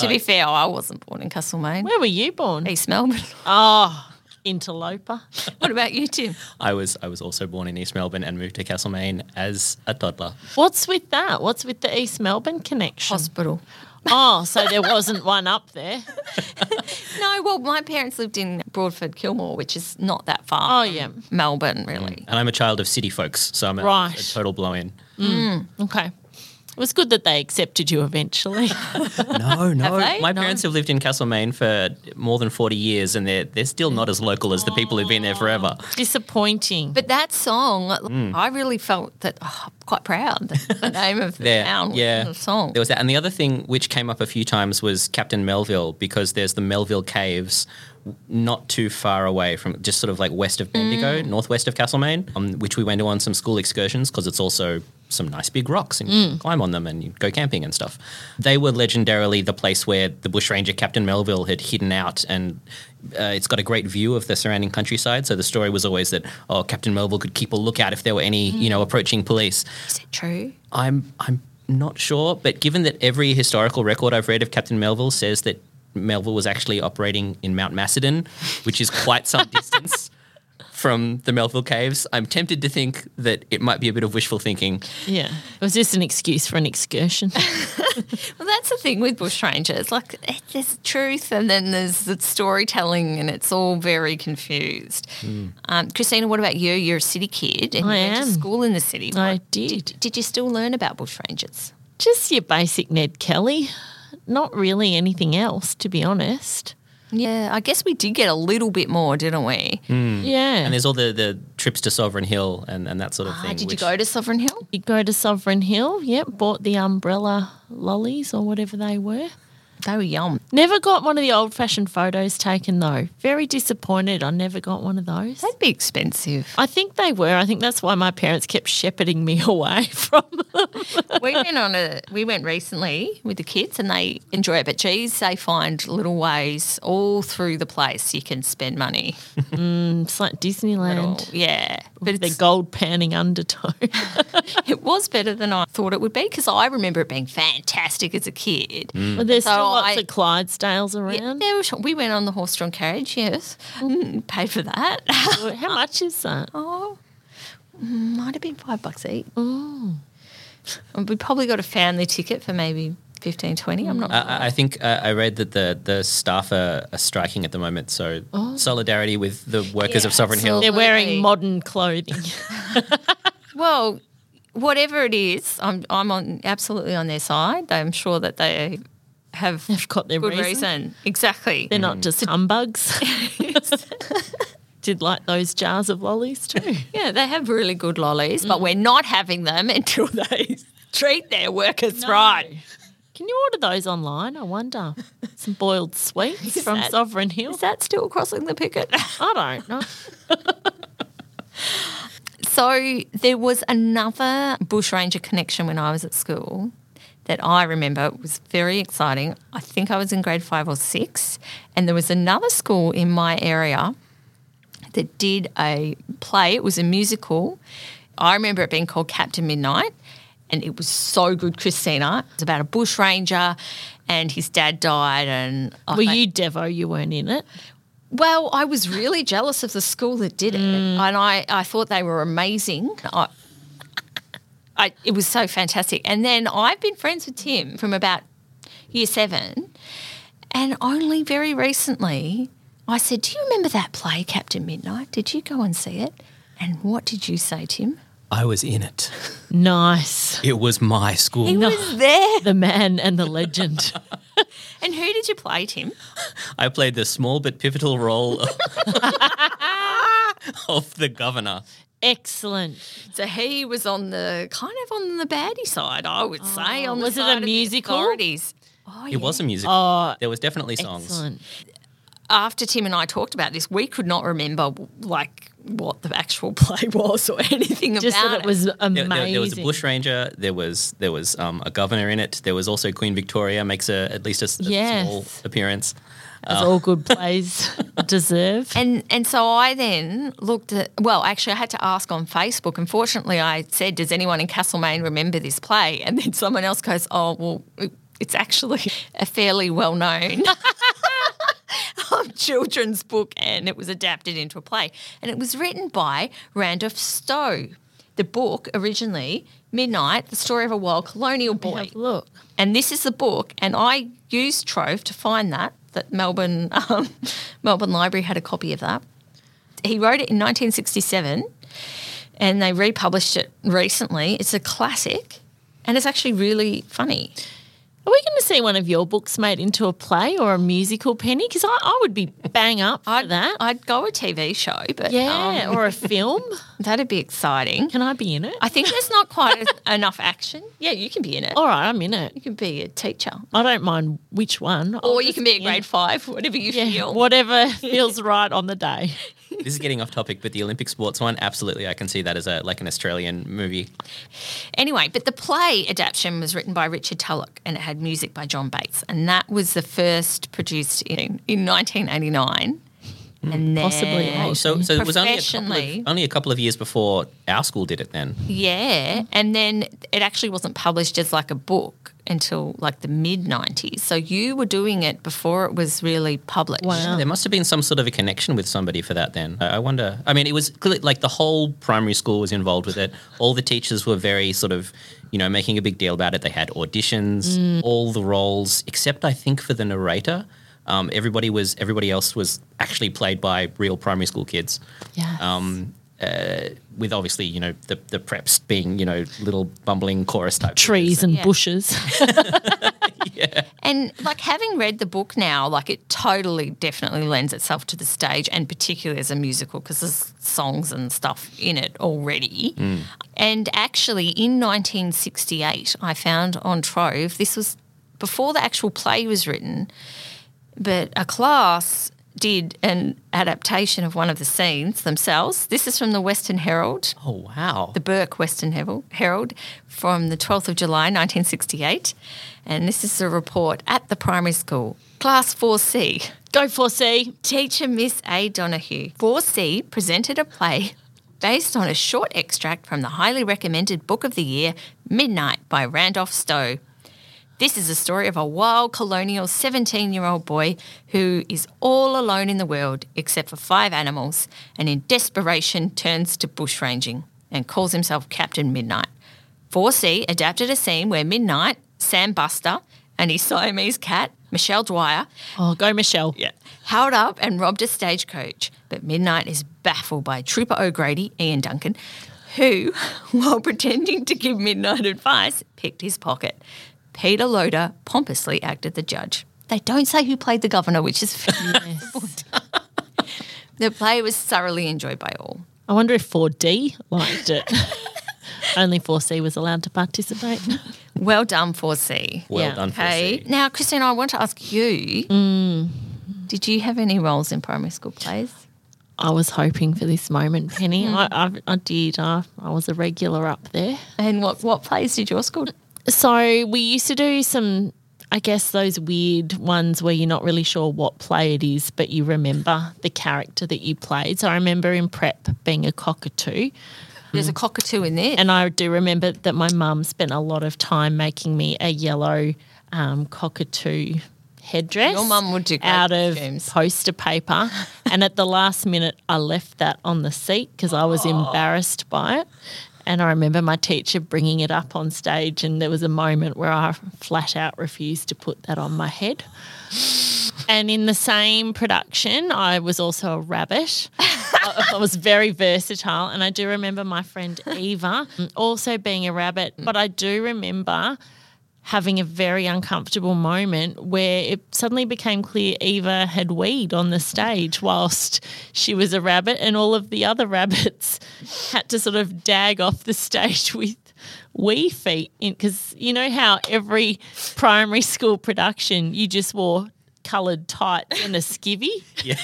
Speaker 1: to be fair, I wasn't born in Castlemaine.
Speaker 2: Where were you born?
Speaker 1: East Melbourne.
Speaker 2: Oh, interloper.
Speaker 1: what about you, Tim?
Speaker 3: I was I was also born in East Melbourne and moved to Castlemaine as a toddler.
Speaker 2: What's with that? What's with the East Melbourne connection?
Speaker 1: Hospital.
Speaker 2: Oh, so there wasn't one up there.
Speaker 1: No, well, my parents lived in Broadford, Kilmore, which is not that
Speaker 2: Oh,
Speaker 1: far.
Speaker 2: yeah.
Speaker 1: from Melbourne, really.
Speaker 3: And I'm a child of city folks, so I'm a,
Speaker 2: Right.
Speaker 3: a total blow in.
Speaker 2: Okay. It was good that they accepted you eventually.
Speaker 3: No, no.
Speaker 1: they?
Speaker 3: My
Speaker 1: No.
Speaker 3: parents have lived in Castlemaine for more than 40 years and they're, they're still not as local as the people who've been there forever.
Speaker 2: Disappointing.
Speaker 1: But that song,
Speaker 3: Mm.
Speaker 1: I really felt that oh, I'm quite proud. that The name of the
Speaker 3: There,
Speaker 1: town, was
Speaker 3: yeah.
Speaker 1: in the song.
Speaker 3: There was that. And the other thing which came up a few times was Captain Melville because there's the Melville Caves w- not too far away from just sort of like west of Bendigo,
Speaker 1: Mm.
Speaker 3: northwest of Castlemaine, um, which we went on some school excursions because it's also some nice big rocks and
Speaker 1: Mm.
Speaker 3: you can climb on them and you go camping and stuff. They were legendarily the place where the bushranger Captain Melville had hidden out and uh, it's got a great view of the surrounding countryside. So the story was always that, oh, Captain Melville could keep a lookout if there were any, you
Speaker 1: Mm.
Speaker 3: know, approaching police.
Speaker 1: Is it true?
Speaker 3: I'm I'm not sure, but given that every historical record I've read of Captain Melville says that Melville was actually operating in Mount Macedon, which is quite some distance from the Melville Caves, I'm tempted to think that it might be a bit of wishful thinking.
Speaker 2: Yeah. Was this an excuse for an excursion?
Speaker 1: Well, that's the thing with bushrangers. Like, eh, there's truth, and then there's the storytelling, and it's all very confused. Um, Christina, what about you? You're a city kid, and
Speaker 2: I
Speaker 1: you went
Speaker 2: am.
Speaker 1: to school in the city.
Speaker 2: I
Speaker 1: What-
Speaker 2: did.
Speaker 1: Did you still learn about bushrangers?
Speaker 2: Just your basic Ned Kelly. Not really anything else, to be honest.
Speaker 1: Yeah, I guess we did get a little bit more, didn't we?
Speaker 2: Yeah.
Speaker 3: And there's all the, the trips to Sovereign Hill and, and that sort of
Speaker 1: Ah,
Speaker 3: thing.
Speaker 1: did you
Speaker 3: which-
Speaker 1: go to Sovereign Hill?
Speaker 2: you go to Sovereign Hill, yep, bought the umbrella lollies or whatever they were.
Speaker 1: They were yum.
Speaker 2: Never got one of the old fashioned photos taken though. Very disappointed I never got one of those.
Speaker 1: They'd be expensive.
Speaker 2: I think they were. I think that's why my parents kept shepherding me away from
Speaker 1: we went on a we went recently with the kids and they enjoy it but geez they find little ways all through the place you can spend money
Speaker 2: It's like Disneyland.
Speaker 1: yeah but
Speaker 2: The
Speaker 1: it's,
Speaker 2: gold panning undertone.
Speaker 1: it was better than i thought it would be because i remember it being fantastic as a kid
Speaker 2: Well, there's still
Speaker 1: So
Speaker 2: lots
Speaker 1: I-
Speaker 2: of Clydesdales
Speaker 1: yeah,
Speaker 2: around.
Speaker 1: there was- we went on the horse-drawn carriage yes Mm, paid for that
Speaker 2: Well, How much is that?
Speaker 1: oh Mm. might have been five bucks each And we probably got a family ticket for maybe 15 20 i'm not
Speaker 3: I, I think uh, I read that the, the staff are, are striking at the moment, so solidarity with the workers
Speaker 1: Oh. Yeah,
Speaker 3: of Sovereign Hill.
Speaker 1: absolutely.
Speaker 2: They're wearing
Speaker 1: Lovely.
Speaker 2: modern clothing.
Speaker 1: Well, whatever it is, I'm I'm on absolutely on their side. I'm sure that they have
Speaker 2: They've got their
Speaker 1: good reason.
Speaker 2: reason.
Speaker 1: Exactly.
Speaker 2: They're
Speaker 3: Mm.
Speaker 2: not just humbugs. Did like those jars of lollies too.
Speaker 1: yeah, they have really good lollies, but we're not having them until they treat their workers right.
Speaker 2: Can you order those online? I wonder. Some boiled sweets from
Speaker 1: that-
Speaker 2: Sovereign Hill.
Speaker 1: Is that still crossing the picket?
Speaker 2: I don't know.
Speaker 1: so there was another bushranger connection when I was at school. that I remember was very exciting. I think I was in grade five or six, and there was another school in my area that did a play. It was a musical. I remember it being called Captain Midnight, and it was so good, Christina. It's about a bushranger, and his dad died. And Oh, I-
Speaker 2: Were you Devo? You weren't in it.
Speaker 1: well, I was really jealous of the school that did it, and I, I thought they were amazing. I, I, it was so fantastic. And then I've been friends with Tim from about year seven, and only very recently I said, "Do you remember that play, Captain Midnight? Did you go and see it?" And what did you say, Tim?
Speaker 3: I was in it.
Speaker 2: Nice.
Speaker 3: It was my school.
Speaker 1: He was there.
Speaker 2: The man and the legend.
Speaker 1: And who did you play, Tim?
Speaker 3: I played the small but pivotal role of, of the governor.
Speaker 2: Excellent.
Speaker 1: So he was on the kind of on the baddie side, I would say. On
Speaker 2: Was it
Speaker 1: Oh, the
Speaker 2: a
Speaker 1: side of the
Speaker 2: musical?
Speaker 1: authorities. Oh,
Speaker 3: It was a musical. there was definitely songs.
Speaker 2: Oh, Excellent.
Speaker 1: after Tim and I talked about this, we could not remember like what the actual play was or anything
Speaker 2: Just
Speaker 1: about
Speaker 2: that it was
Speaker 3: There,
Speaker 2: amazing.
Speaker 3: there- there was a bushranger. There was there was um, a governor in it. There was also Queen Victoria makes a at least a, s- a
Speaker 2: Yes.
Speaker 3: small appearance.
Speaker 2: As
Speaker 3: uh,
Speaker 2: all good plays deserve.
Speaker 1: And and so I then looked at well, actually I had to ask on Facebook. Unfortunately, I said, "Does anyone in Castlemaine remember this play?" And then someone else goes, "Oh, well, it- it's actually a fairly well-known children's book, and it was adapted into a play. And it was written by Randolph Stowe. The book originally, Midnight: The Story of a Wild Colonial Boy.
Speaker 2: Have a look.
Speaker 1: and this is the book. And I used Trove to find that that Melbourne um, Melbourne Library had a copy of that. He wrote it in 1967, and they republished it recently. It's a classic, and it's actually really funny.
Speaker 2: Are we going to see one of your books made into a play or a musical, Penny? Because I, I would be bang up for that.
Speaker 1: I'd go a TV show, but
Speaker 2: yeah,
Speaker 1: um,
Speaker 2: or a film.
Speaker 1: that'd be exciting.
Speaker 2: Can I be in it?
Speaker 1: I think there's not quite enough action. Yeah, you can be in it.
Speaker 2: all right, I'm in it.
Speaker 1: You can be a teacher,
Speaker 2: I don't mind which one. I'll
Speaker 1: or you
Speaker 2: just
Speaker 1: can be a
Speaker 2: in it.
Speaker 1: grade five, whatever you
Speaker 2: Yeah,
Speaker 1: feel.
Speaker 2: whatever feels right on the day.
Speaker 3: This is getting off topic, but the Olympic sports one, absolutely, I can see that as a like an Australian movie.
Speaker 1: Anyway, but the play adaptation was written by Richard Tulloch and it had music by John Bates, and that was the first produced in in 1989. And then,
Speaker 2: Possibly
Speaker 3: Oh, so so it was only a couple
Speaker 1: Professionally.
Speaker 3: of, only a couple of years before our school did it. Then
Speaker 1: Yeah, and then it actually wasn't published as like a book until like the mid 90s. So you were doing it before it was really published.
Speaker 2: Wow.
Speaker 3: there must have been some sort of a connection with somebody for that. Then I I wonder. I mean, it was clearly like the whole primary school was involved with it. All the teachers were very sort of you know making a big deal about it. They had auditions,
Speaker 2: Mm.
Speaker 3: all the roles except I think for the narrator. Um, everybody was everybody else was actually played by real primary school kids.
Speaker 2: Yes.
Speaker 3: Um, uh, with obviously, you know, the, the preps being, you know, little bumbling chorus type
Speaker 2: Trees and
Speaker 1: Yeah.
Speaker 2: bushes.
Speaker 1: And like having read the book now, like it totally definitely lends itself to the stage and particularly as a musical because there's songs and stuff in it already. And actually in 1968, I found on Trove, this was before the actual play was written, but a class did an adaptation of one of the scenes themselves. This is from the Western Herald
Speaker 3: Oh wow!
Speaker 1: the Burke Western Herald- Herald from the 12th of July 1968. And this is a report at the primary school, Class 4C.
Speaker 2: Go for C.
Speaker 1: Teacher Miss A. Donahue, 4C, presented a play based on a short extract from the highly recommended book of the year, Midnight by Randolph Stowe. This is a story of a wild colonial 17 year old boy who is all alone in the world except for five animals and in desperation turns to bushranging and calls himself Captain Midnight. 4C adapted a scene where Midnight, Sam Buster, and his Siamese cat, Michelle Dwyer,
Speaker 2: Oh, go Michelle.
Speaker 3: yeah,
Speaker 1: held up and robbed a stagecoach. But Midnight is baffled by Trooper O'Grady, Ian Duncan, who, while pretending to give Midnight advice, picked his pocket. Peter Loader pompously acted the judge. They don't say who played the governor, which is the play was thoroughly enjoyed by all.
Speaker 2: I wonder if 4D liked it. Only 4C was allowed to participate.
Speaker 1: Well done, 4C.
Speaker 3: well
Speaker 2: Yeah.
Speaker 3: done.
Speaker 1: Okay.
Speaker 3: Okay.
Speaker 1: Now, Christina, I want to ask you Mm. Did you have any roles in primary school plays?
Speaker 2: I was hoping for this moment, Penny. I, I, I did. I, I was a regular up there.
Speaker 1: And what, what plays did your school
Speaker 2: So we used to do some, I guess, those weird ones where you're not really sure what play it is, but you remember the character that you played. So I remember in prep being a cockatoo.
Speaker 1: There's a cockatoo in there.
Speaker 2: And I do remember that my mum spent a lot of time making me a yellow um, cockatoo headdress.
Speaker 1: Your mum would do great
Speaker 2: out of
Speaker 1: costumes.
Speaker 2: poster paper. and at the last minute, I left that on the seat because I
Speaker 1: Oh.
Speaker 2: was embarrassed by it. And I remember my teacher bringing it up on stage, and there was a moment where I flat out refused to put that on my head. And in the same production, I was also a rabbit. I I was very versatile. And I do remember my friend Eva also being a rabbit. But I do remember having a very uncomfortable moment where it suddenly became clear Eva had weed on the stage whilst she was a rabbit, and all of the other rabbits had to sort of dag off the stage with wee feet. Because you know how every primary school production you just wore coloured tights and a skivvy?
Speaker 3: Yeah.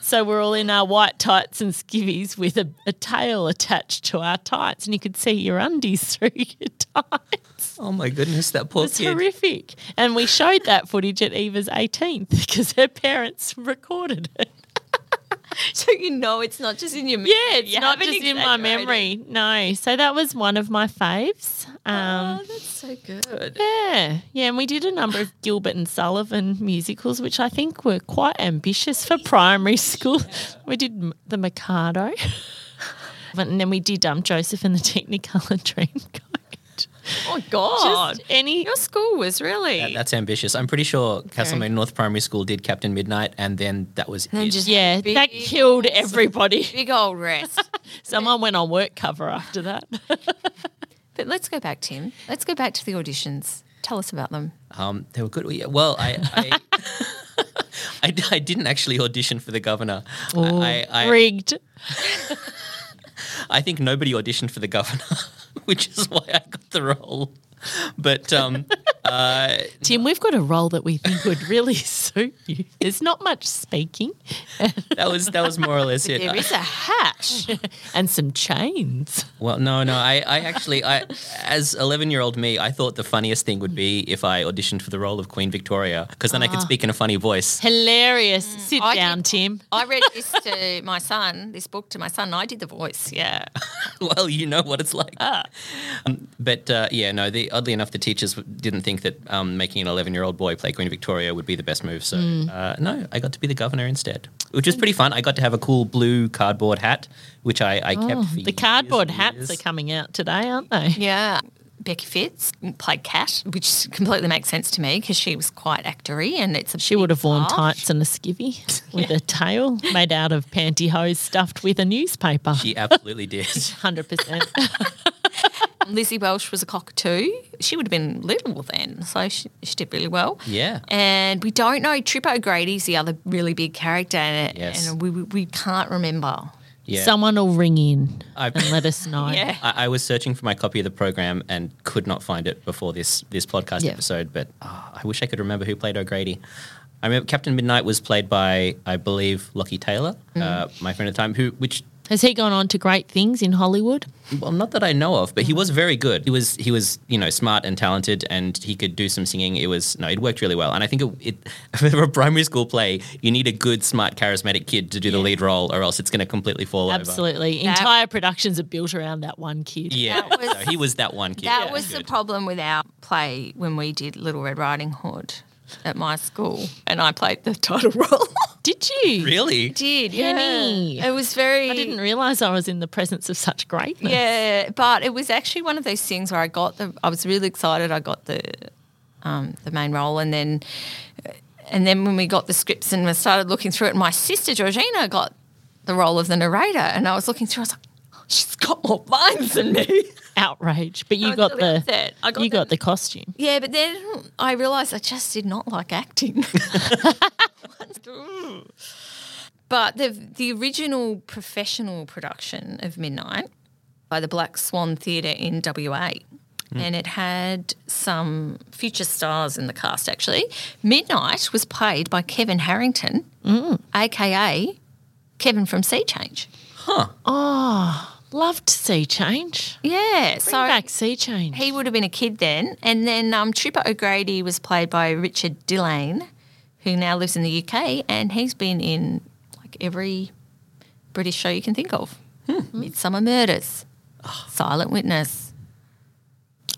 Speaker 2: So we're all in our white tights and skivvies with a, a tail attached to our tights, and you could see your undies through your tights.
Speaker 3: Oh my goodness, that poor
Speaker 2: It's
Speaker 3: kid.
Speaker 2: horrific. And we showed that footage at Eva's 18th because her parents recorded it.
Speaker 1: so you know it's not just in your memory.
Speaker 2: Yeah, it's
Speaker 1: You
Speaker 2: not
Speaker 1: haven't
Speaker 2: just in my
Speaker 1: exaggerated.
Speaker 2: memory. No. So that was one of my faves. Um,
Speaker 1: Oh, that's so good.
Speaker 2: yeah. Yeah. And we did a number of Gilbert and Sullivan musicals, which I think were quite ambitious for primary school. We did M- The Mikado. and then we did um, Joseph and the Technicolor Dreamcoat.
Speaker 1: Oh God,
Speaker 2: Just any.
Speaker 1: your school was really.
Speaker 3: That- that's ambitious. I'm pretty sure Castlemaine North Primary School did Captain Midnight, and then that was
Speaker 1: then
Speaker 3: it.
Speaker 1: just-
Speaker 2: Yeah,
Speaker 1: Big-
Speaker 2: that killed everybody.
Speaker 1: Big old rest.
Speaker 2: Someone went on work cover after that.
Speaker 1: but let's go back, Tim. Let's go back to the auditions. Tell us about them.
Speaker 3: Um, they were good. Yeah, Well, I. I I, d- I didn't actually audition for the governor. I, I, I,
Speaker 2: Rigged.
Speaker 3: I think nobody auditioned for the governor, which is why I got the role. But um, uh,
Speaker 2: Tim, we've got a role that we think would really suit you. There's not much speaking
Speaker 3: that was that was more or less it.
Speaker 1: There is a hatch.
Speaker 2: and some chains.
Speaker 3: Well, no, no. I, I actually, I, as eleven-year-old me, I thought the funniest thing would be if I auditioned for the role of Queen Victoria, because then I
Speaker 1: Ah.
Speaker 3: could speak in a funny voice.
Speaker 2: Hilarious. Sit
Speaker 1: I
Speaker 2: down,
Speaker 1: did-
Speaker 2: Tim.
Speaker 1: I read this to my son, this book to my son. And I did the voice. Yeah.
Speaker 3: well, you know what it's like.
Speaker 2: Ah.
Speaker 3: Um, but uh, yeah, no. The, oddly enough, the teachers w- didn't think that um, making an eleven-year-old boy play Queen Victoria would be the best move. So
Speaker 2: Hmm.
Speaker 3: uh, no, I got to be the governor instead, which was pretty fun. I got to have a cool blue cardboard hat, which I, I kept. For
Speaker 2: Oh, The cardboard
Speaker 3: years and
Speaker 2: hats
Speaker 3: years.
Speaker 2: are coming out today, aren't they?
Speaker 1: Yeah. Becky Fitz played Cat, which completely makes sense to me because she was quite actory and it's a
Speaker 2: She would have worn
Speaker 1: tight.
Speaker 2: tights and a skivvy with a tail made out of pantyhose stuffed with a newspaper.
Speaker 3: She absolutely did.
Speaker 2: 100%.
Speaker 1: Lizzie Welsh was a cockatoo. She would have been little then, so she, she did really well.
Speaker 3: Yeah.
Speaker 1: And we don't know. Trip O'Grady's the other really big character, and,
Speaker 3: Yes.
Speaker 1: and we, we, we can't remember.
Speaker 3: Yeah.
Speaker 2: Someone will ring in
Speaker 3: I-
Speaker 2: and let us know.
Speaker 1: Yeah.
Speaker 3: I, I was searching for my copy of the program and could not find it before this this podcast
Speaker 2: Yeah.
Speaker 3: episode. But ah, I wish I could remember who played O'Grady. I remember Captain Midnight was played by I believe Lockie Taylor,
Speaker 1: Mm.
Speaker 3: uh, my friend at the time, who which
Speaker 2: Has he gone on to great things in Hollywood?
Speaker 3: well not that I know of, but
Speaker 1: Mm.
Speaker 3: he was very good. He was he was you know smart and talented, and he could do some singing. It was no, it worked really well. And I think it, it for a primary school play, you need a good, smart, charismatic kid to do the lead role, or else it's going to completely fall over.
Speaker 2: Absolutely.
Speaker 1: That-
Speaker 2: Entire productions are built around that one kid.
Speaker 3: Yeah,
Speaker 1: That was-
Speaker 3: so he was that one kid.
Speaker 1: That
Speaker 3: Yeah.
Speaker 1: was the
Speaker 3: Good.
Speaker 1: problem with our play when we did Little Red Riding Hood at my school, and I played the title role.
Speaker 2: Did you?
Speaker 3: Really?
Speaker 1: did
Speaker 2: Penny.
Speaker 1: yeah. It was very.
Speaker 2: I didn't realise I was in the presence of such greatness.
Speaker 1: Yeah, but it was actually one of those things where I got the. I was really excited. I got the um, the main role, and then and then when we got the scripts and we started looking through it, my sister Georgina got the role of the narrator, and I was looking through. I was like, oh, she's got more lines than me.
Speaker 2: Outrage. But
Speaker 1: I
Speaker 2: you
Speaker 1: was
Speaker 2: got
Speaker 1: really
Speaker 2: the
Speaker 1: upset. I got
Speaker 2: you
Speaker 1: the-
Speaker 2: got the costume.
Speaker 1: Yeah, but then I realised I just did not like acting. but the the original professional production of Midnight by the Black Swan Theatre in WA.
Speaker 2: Hmm.
Speaker 1: And it had some future stars in the cast, actually. Midnight was played by Kevin Harrington,
Speaker 2: Hmm.
Speaker 1: aka Kevin from Sea Change.
Speaker 2: Oh, Love to see change.
Speaker 1: Yeah.
Speaker 2: Bring
Speaker 1: so
Speaker 2: back sea change.
Speaker 1: he would have been a kid then. And then um, Tripper O'Grady was played by Richard Dillane, who now lives in the UK, and he's been in like every British show you can think of
Speaker 2: Hmm.
Speaker 1: Hmm. Midsummer Murders,
Speaker 2: Oh.
Speaker 1: Silent Witness,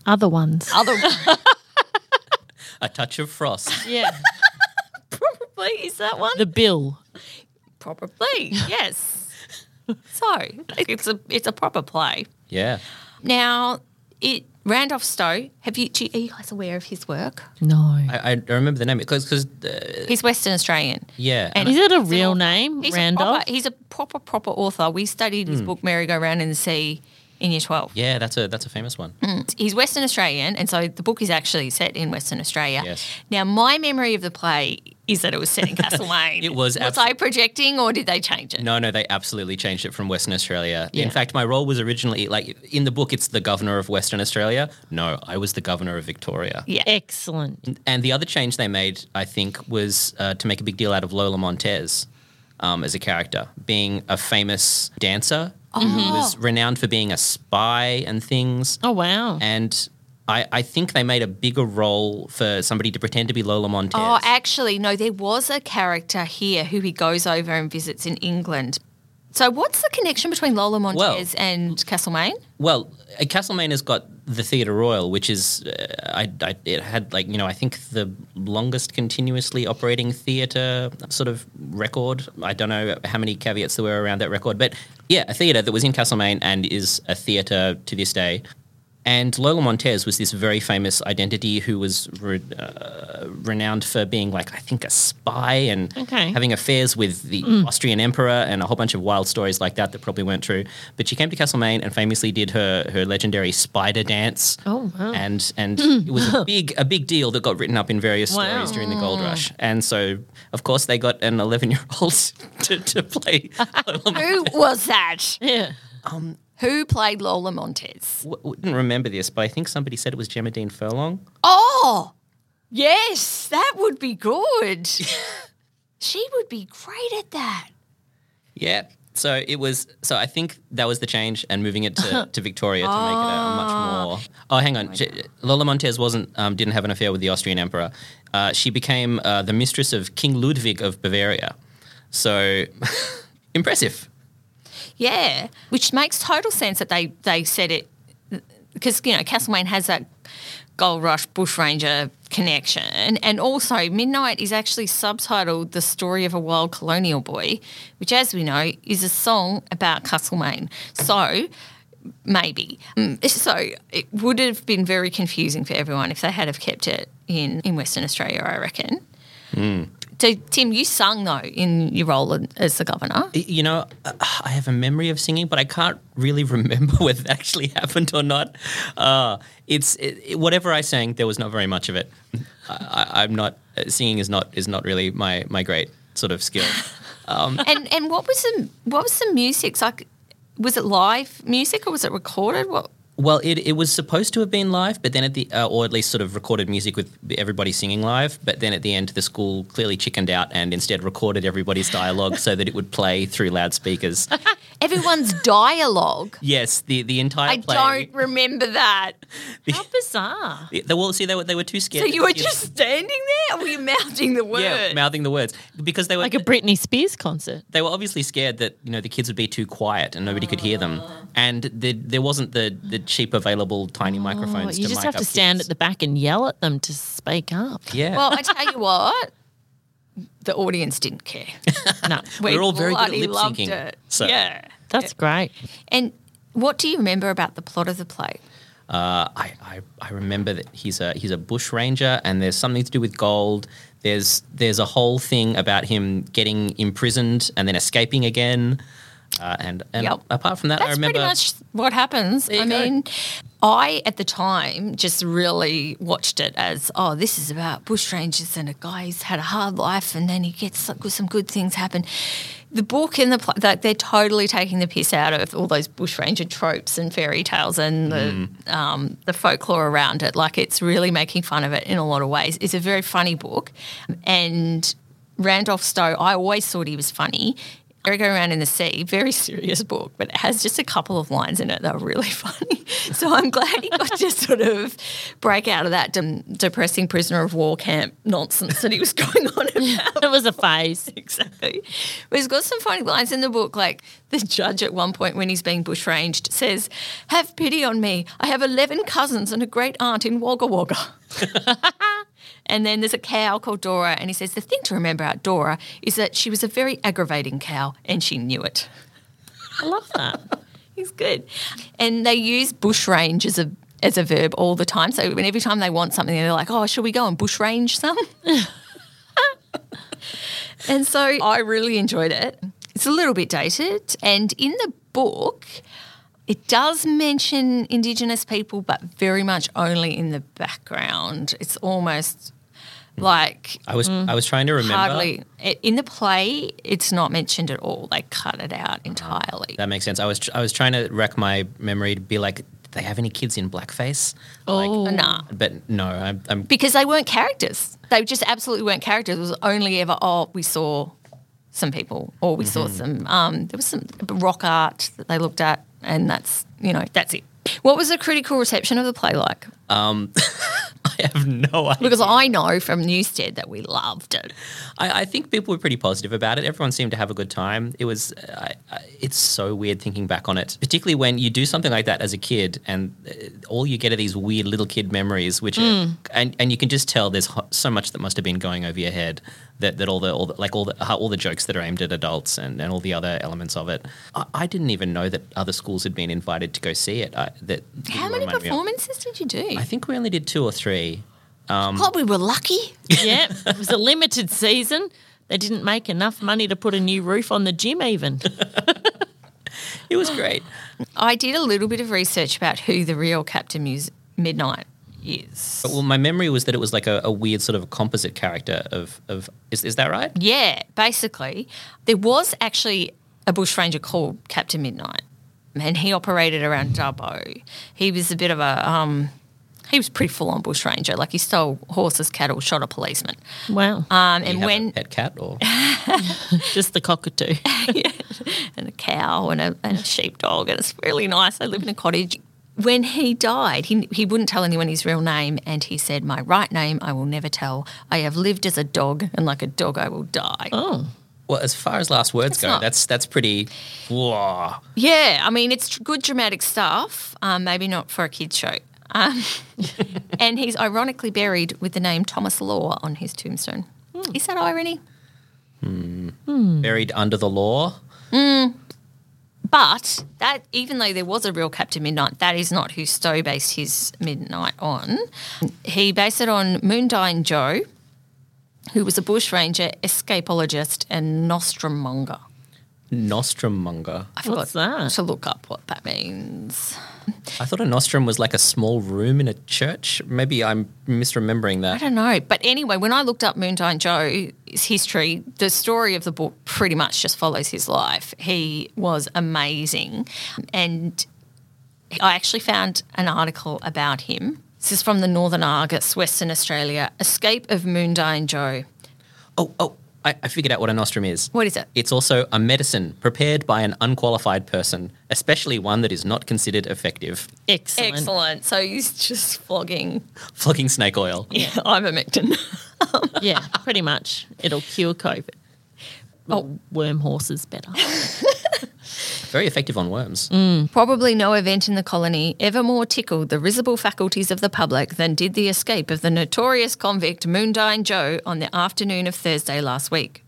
Speaker 2: Other ones.
Speaker 1: other
Speaker 3: A touch of frost.
Speaker 2: yeah.
Speaker 1: probably is that one?
Speaker 2: The bill.
Speaker 1: Probably, yes. so it's a it's a proper play.
Speaker 3: Yeah.
Speaker 1: Now it Randolph Stowe. Have you do you, are you guys aware of his work?
Speaker 2: No.
Speaker 3: I, I remember the name because because uh,
Speaker 1: He's Western Australian.
Speaker 3: yeah.
Speaker 1: And
Speaker 2: Is it a
Speaker 1: He's an
Speaker 2: real
Speaker 1: author.
Speaker 2: name,
Speaker 1: He's A
Speaker 2: Randolph?
Speaker 1: proper, he's a proper, proper author. We studied
Speaker 3: Hmm.
Speaker 1: his book Merry Go Round in the Sea in year 12.
Speaker 3: yeah, that's a that's a famous one.
Speaker 1: He's Western Australian, and so the book is actually set in Western Australia.
Speaker 3: Yes.
Speaker 1: Now, my memory of the play is that it was set in Castlemaine.
Speaker 3: It was
Speaker 1: Was
Speaker 3: abso-
Speaker 1: I projecting, or did they change it?
Speaker 3: No, no, they absolutely changed it from Western Australia.
Speaker 2: Yeah.
Speaker 3: In fact, my role was originally like in the book, it's the governor of Western Australia. No, I was the governor of Victoria.
Speaker 1: Yeah.
Speaker 2: Excellent.
Speaker 3: And the other change they made, I think, was uh, to make a big deal out of Lola Montez um, as a character, being a famous dancer who was renowned for being a spy and things.
Speaker 2: Oh, wow.
Speaker 3: And I, I think they made a bigger role for somebody to pretend to be Lola Montez.
Speaker 1: Oh, actually, no, there was a character here who he goes over and visits in England. So, what's the connection between Lola Montez and Castlemaine?
Speaker 3: Well, uh, Castlemaine has got the Theatre Royal, which is uh, I, I, it had like you know I think the longest continuously operating theatre sort of record. I don't know how many caveats there were around that record, but yeah, a theatre that was in Castlemaine and is a theatre to this day. And Lola Montez was this very famous identity who was re- uh, renowned for being like I think a spy and
Speaker 2: Okay. Mm.
Speaker 3: having affairs with the Austrian emperor and a whole bunch of wild stories like that that probably weren't true. But she came to Castlemaine and famously did her, her legendary spider dance.
Speaker 2: Oh, wow. Mm.
Speaker 3: And and it was a big a big deal that got written up in various
Speaker 2: Wow.
Speaker 3: stories during the gold rush. And so of course they got an 11 year old to, to play.
Speaker 1: Who was that?
Speaker 2: Yeah.
Speaker 1: Who played Lola Montez?
Speaker 3: W- wouldn't remember this, but I think somebody said it was Gemma Dean Furlong.
Speaker 1: Oh, yes, that would be good. she would be great at that.
Speaker 3: Yeah. So it was. So I think that was the change, and moving it to, to Victoria to make it a much more. Oh, hang on. She, Lola Montez wasn't um, didn't have an affair with the Austrian emperor. Uh, she became uh, the mistress of King Ludwig of Bavaria. So impressive.
Speaker 1: Yeah, which makes total sense that they, they said it because, you know, Castlemaine has that gold rush bushranger connection. And also, Midnight is actually subtitled The Story of a Wild Colonial Boy, which, as we know, is a song about Castlemaine. So maybe. Mm, So it would have been very confusing for everyone if they had have kept it in, in Western Australia, I reckon. So, Tim, you sung though in your role in- as the governor.
Speaker 3: Y- You know, uh, I have a memory of singing, but I can't really remember whether it actually happened or not. Uh, it's it, it- whatever I sang, there was not very much of it. I, I, I'm not uh, singing is not is not really my my great sort of skill.
Speaker 1: and and what was the what was the music It's like? Was it live music or was it recorded? What?
Speaker 3: Well, it, it was supposed to have been live, but then at the uh, or at least sort of recorded music with everybody singing live. But then at the end, the school clearly chickened out and instead recorded everybody's dialogue so that it would play through loudspeakers.
Speaker 1: Everyone's dialogue.
Speaker 3: yes, the the entire
Speaker 1: I
Speaker 3: play.
Speaker 1: don't remember that.
Speaker 2: How bizarre.
Speaker 3: The, well, see, they were they were too scared.
Speaker 1: So
Speaker 3: that
Speaker 1: you were
Speaker 3: the kids-
Speaker 1: just standing there, or were you mouthing the word?
Speaker 3: yeah mouthing the words because they were
Speaker 2: Like a Britney Spears concert.
Speaker 3: they were obviously scared that you know the kids would be too quiet and nobody could hear them,
Speaker 2: Ah.
Speaker 3: and the, there wasn't the the cheap available tiny
Speaker 2: Oh,
Speaker 3: microphones.
Speaker 2: you
Speaker 3: to
Speaker 2: just
Speaker 3: mic
Speaker 2: have to
Speaker 3: up
Speaker 2: stand at
Speaker 3: kids.
Speaker 2: the back and yell at them to speak up.
Speaker 3: yeah.
Speaker 1: Well, I tell you what, the audience didn't care.
Speaker 2: No,
Speaker 1: We
Speaker 3: We're all very good at
Speaker 1: bloody
Speaker 3: lip
Speaker 1: loved
Speaker 3: syncing,
Speaker 1: it.
Speaker 3: so-
Speaker 1: Yeah.
Speaker 2: that's great.
Speaker 1: And what do you remember about the plot of the play?
Speaker 3: Uh, I, I, I remember that he's a he's a bush ranger, and there's something to do with gold. There's there's a whole thing about him getting imprisoned and then escaping again. Uh, and and
Speaker 1: Yep.
Speaker 3: apart from that, I
Speaker 1: That's
Speaker 3: remember
Speaker 1: pretty much what happens.
Speaker 3: you
Speaker 1: I
Speaker 3: go.
Speaker 1: mean, I at the time just really watched it as, oh, this is about bushrangers and a guy who's had a hard life and then he gets like, some good things happen. The book and the pl- like, they're totally taking the piss out of all those bushranger tropes and fairy tales and
Speaker 3: Mm.
Speaker 1: the um, the folklore around it. Like it's really making fun of it in a lot of ways. It's a very funny book, and Randolph Stowe, I always thought he was funny. Merry-Go-Round in the Sea, very serious book, but it has just a couple of lines in it that are really funny. So I'm glad he got to sort of break out of that dem- depressing prisoner of war camp nonsense that he was going on about.
Speaker 2: It was a phase.
Speaker 1: Exactly. But he's got some funny lines in the book. Like the judge at one point when he's being bushranged says, Have pity on me. I have 11 cousins and a great aunt in Wagga Wagga. and then there's a cow called Dora. And he says, The thing to remember about Dora is that she was a very aggravating cow and she knew it.
Speaker 2: I love that.
Speaker 1: He's good. And they use bushrange as a as a verb all the time. So when every time they want something, they're like, "Oh, should we go and bushrange some?" and so I really enjoyed it. It's a little bit dated, and in the book, it does mention Indigenous people, but very much only in the background. It's almost like
Speaker 3: I was I was trying to remember.
Speaker 1: mm, hardly it, in the play. It's not mentioned at all. They cut it out entirely.
Speaker 3: Uh-huh. That makes sense. I was tr- I was trying to wreck my memory to be like, do they have any kids in blackface?
Speaker 2: Oh.
Speaker 3: like,
Speaker 1: Nah.
Speaker 3: but no, I'm, I'm
Speaker 1: because they weren't characters. They just absolutely weren't characters. It was only ever oh we saw some people or we saw some um, there was some rock art that they looked at and that's you know that's it. What was the critical reception of the play like?
Speaker 3: I have no idea.
Speaker 1: Because I know from Newstead that we loved it.
Speaker 3: I, I think people were pretty positive about it. Everyone seemed to have a good time. It was, I, I, it's so weird thinking back on it, particularly when you do something like that as a kid, and uh, all you get are these weird little kid memories, which, are,
Speaker 1: Mm.
Speaker 3: and and you can just tell there's ho- so much that must have been going over your head that, that all the all the, like all the how- all the jokes that are aimed at adults and, and all the other elements of it. I, I didn't even know that other schools had been invited to go see it. I, that
Speaker 1: How
Speaker 3: didn't
Speaker 1: many
Speaker 3: remind me of-
Speaker 1: performances did you do?
Speaker 3: I think we only did two or three.
Speaker 1: God, we were lucky.
Speaker 2: yeah, it was a limited season. They didn't make enough money to put a new roof on the gym, even.
Speaker 3: It was great.
Speaker 1: I did a little bit of research about who the real Captain Mus- Midnight is.
Speaker 3: Well, my memory was that it was like a, a weird sort of a composite character of of is is that right?
Speaker 1: Yeah, basically, there was actually a bushranger called Captain Midnight, and he operated around Dubbo. He was a bit of a um, he was pretty full on bushranger. Like he stole horses, cattle, shot a policeman.
Speaker 2: Wow.
Speaker 1: Um,
Speaker 3: You
Speaker 1: and
Speaker 3: have
Speaker 1: when
Speaker 3: a pet cat or
Speaker 2: Uh, Just the cockatoo.
Speaker 1: and a cow and a, and a sheepdog, and it's really nice. They live in a cottage. When he died, he, he wouldn't tell anyone his real name, and he said, My right name I will never tell. I have lived as a dog, and like a dog, I will die.
Speaker 3: well, as far as last words
Speaker 1: It's
Speaker 3: go,
Speaker 1: not.
Speaker 3: that's that's pretty. Whoa.
Speaker 1: Yeah, I mean, it's good dramatic stuff, um, maybe not for a kid's show. Um, and he's ironically buried with the name Thomas Law on his tombstone.
Speaker 2: Hmm.
Speaker 1: Is that irony?
Speaker 3: buried under the law.
Speaker 1: But that, even though there was a real Captain Midnight, that is not who Stowe based his Midnight on. He based it on Moondyne Joe, who was a bushranger, escapologist, and nostrum monger.
Speaker 3: Nostrum monger.
Speaker 1: I forgot
Speaker 2: What's that?
Speaker 1: to look up what that means.
Speaker 3: I thought a nostrum was like a small room in a church. Maybe I'm misremembering
Speaker 1: I
Speaker 3: that.
Speaker 1: don't know. But anyway, when I looked up Moondyne Joe's history, the story of the book pretty much just follows his life. He was amazing. And I actually found an article about him. This is from the Northern Argus, Western Australia. Escape of Moondyne Joe.
Speaker 3: Oh, oh, I, I figured out what a nostrum is.
Speaker 1: What is it?
Speaker 3: It's also a medicine prepared by an unqualified person, especially one that is not considered effective.
Speaker 2: Excellent.
Speaker 1: Excellent. So he's just flogging
Speaker 3: Flogging snake oil.
Speaker 1: yeah. ivermectin.
Speaker 2: Yeah, pretty much. It'll cure COVID.
Speaker 1: Oh.
Speaker 2: Worm horses better.
Speaker 3: Very effective on worms.
Speaker 1: Mm. Probably no event in the colony ever more tickled the risible faculties of the public than did the escape of the notorious convict Moondyne Joe on the afternoon of Thursday last week.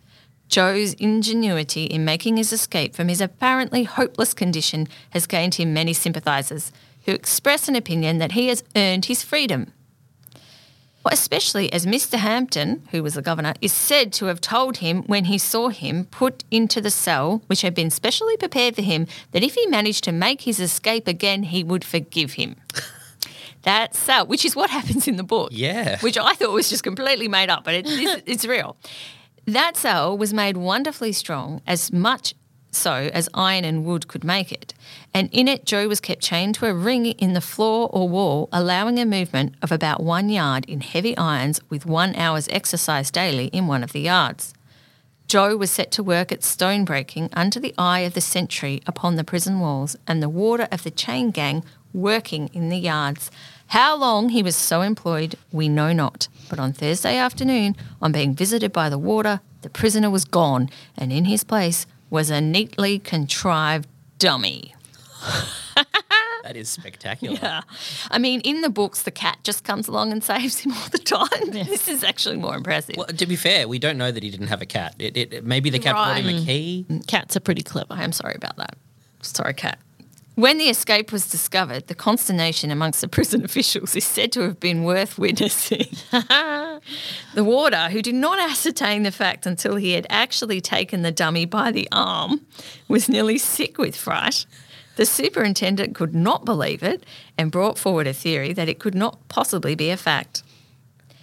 Speaker 1: Joe's ingenuity in making his escape from his apparently hopeless condition has gained him many sympathisers who express an opinion that he has earned his freedom. Especially as Mr. Hampton, who was the governor, is said to have told him when he saw him put into the cell, which had been specially prepared for him, that if he managed to make his escape again, he would forgive him. That cell, which is what happens in the book.
Speaker 3: Yeah.
Speaker 1: Which I thought was just completely made up, but it is, it's real. That cell was made wonderfully strong, as much so as iron and wood could make it. And in it, Joe was kept chained to a ring in the floor or wall, allowing a movement of about one yard in heavy irons with one hour's exercise daily in one of the yards. Joe was set to work at stonebreaking under the eye of the sentry upon the prison walls and the warder of the chain gang working in the yards. How long he was so employed, we know not. But on Thursday afternoon, on being visited by the warder, the prisoner was gone, and in his place was a neatly contrived dummy.
Speaker 3: That is spectacular.
Speaker 1: I mean, in the books, the cat just comes along and saves him all the time. This is actually more impressive.
Speaker 3: Well, to be fair, we don't know that he didn't have a cat. It, it, it- maybe the cat brought him a key.
Speaker 2: Cats are pretty clever.
Speaker 1: I am sorry about that. Sorry, Cat. When the escape was discovered, the consternation amongst the prison officials is said to have been worth witnessing. the warder, who did not ascertain the fact until he had actually taken the dummy by the arm, was nearly sick with fright. The superintendent could not believe it and brought forward a theory that it could not possibly be a fact.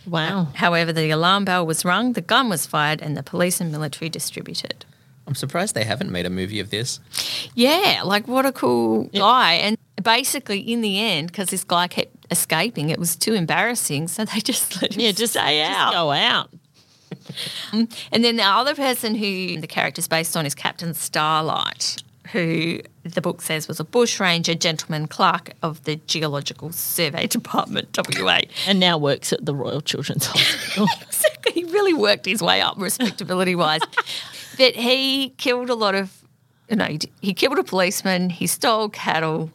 Speaker 2: Wow.
Speaker 1: However, the alarm bell was rung, the gun was fired, and the police and military distributed.
Speaker 3: I'm surprised they haven't made a movie of this.
Speaker 1: Yeah, like what a cool guy. And basically, in the end, because this guy kept escaping, it was too embarrassing. So they just let him
Speaker 2: Yeah, just,
Speaker 1: stay
Speaker 2: just
Speaker 1: out.
Speaker 2: go out.
Speaker 1: And then the other person who the character's based on is Captain Starlight, who the book says was a bushranger, gentleman clerk of the Geological Survey Department, WA.
Speaker 2: And now works at the Royal Children's Hospital.
Speaker 1: Exactly. He really worked his way up respectability wise. but he killed a lot of, no, he, d- he killed a policeman, he stole cattle,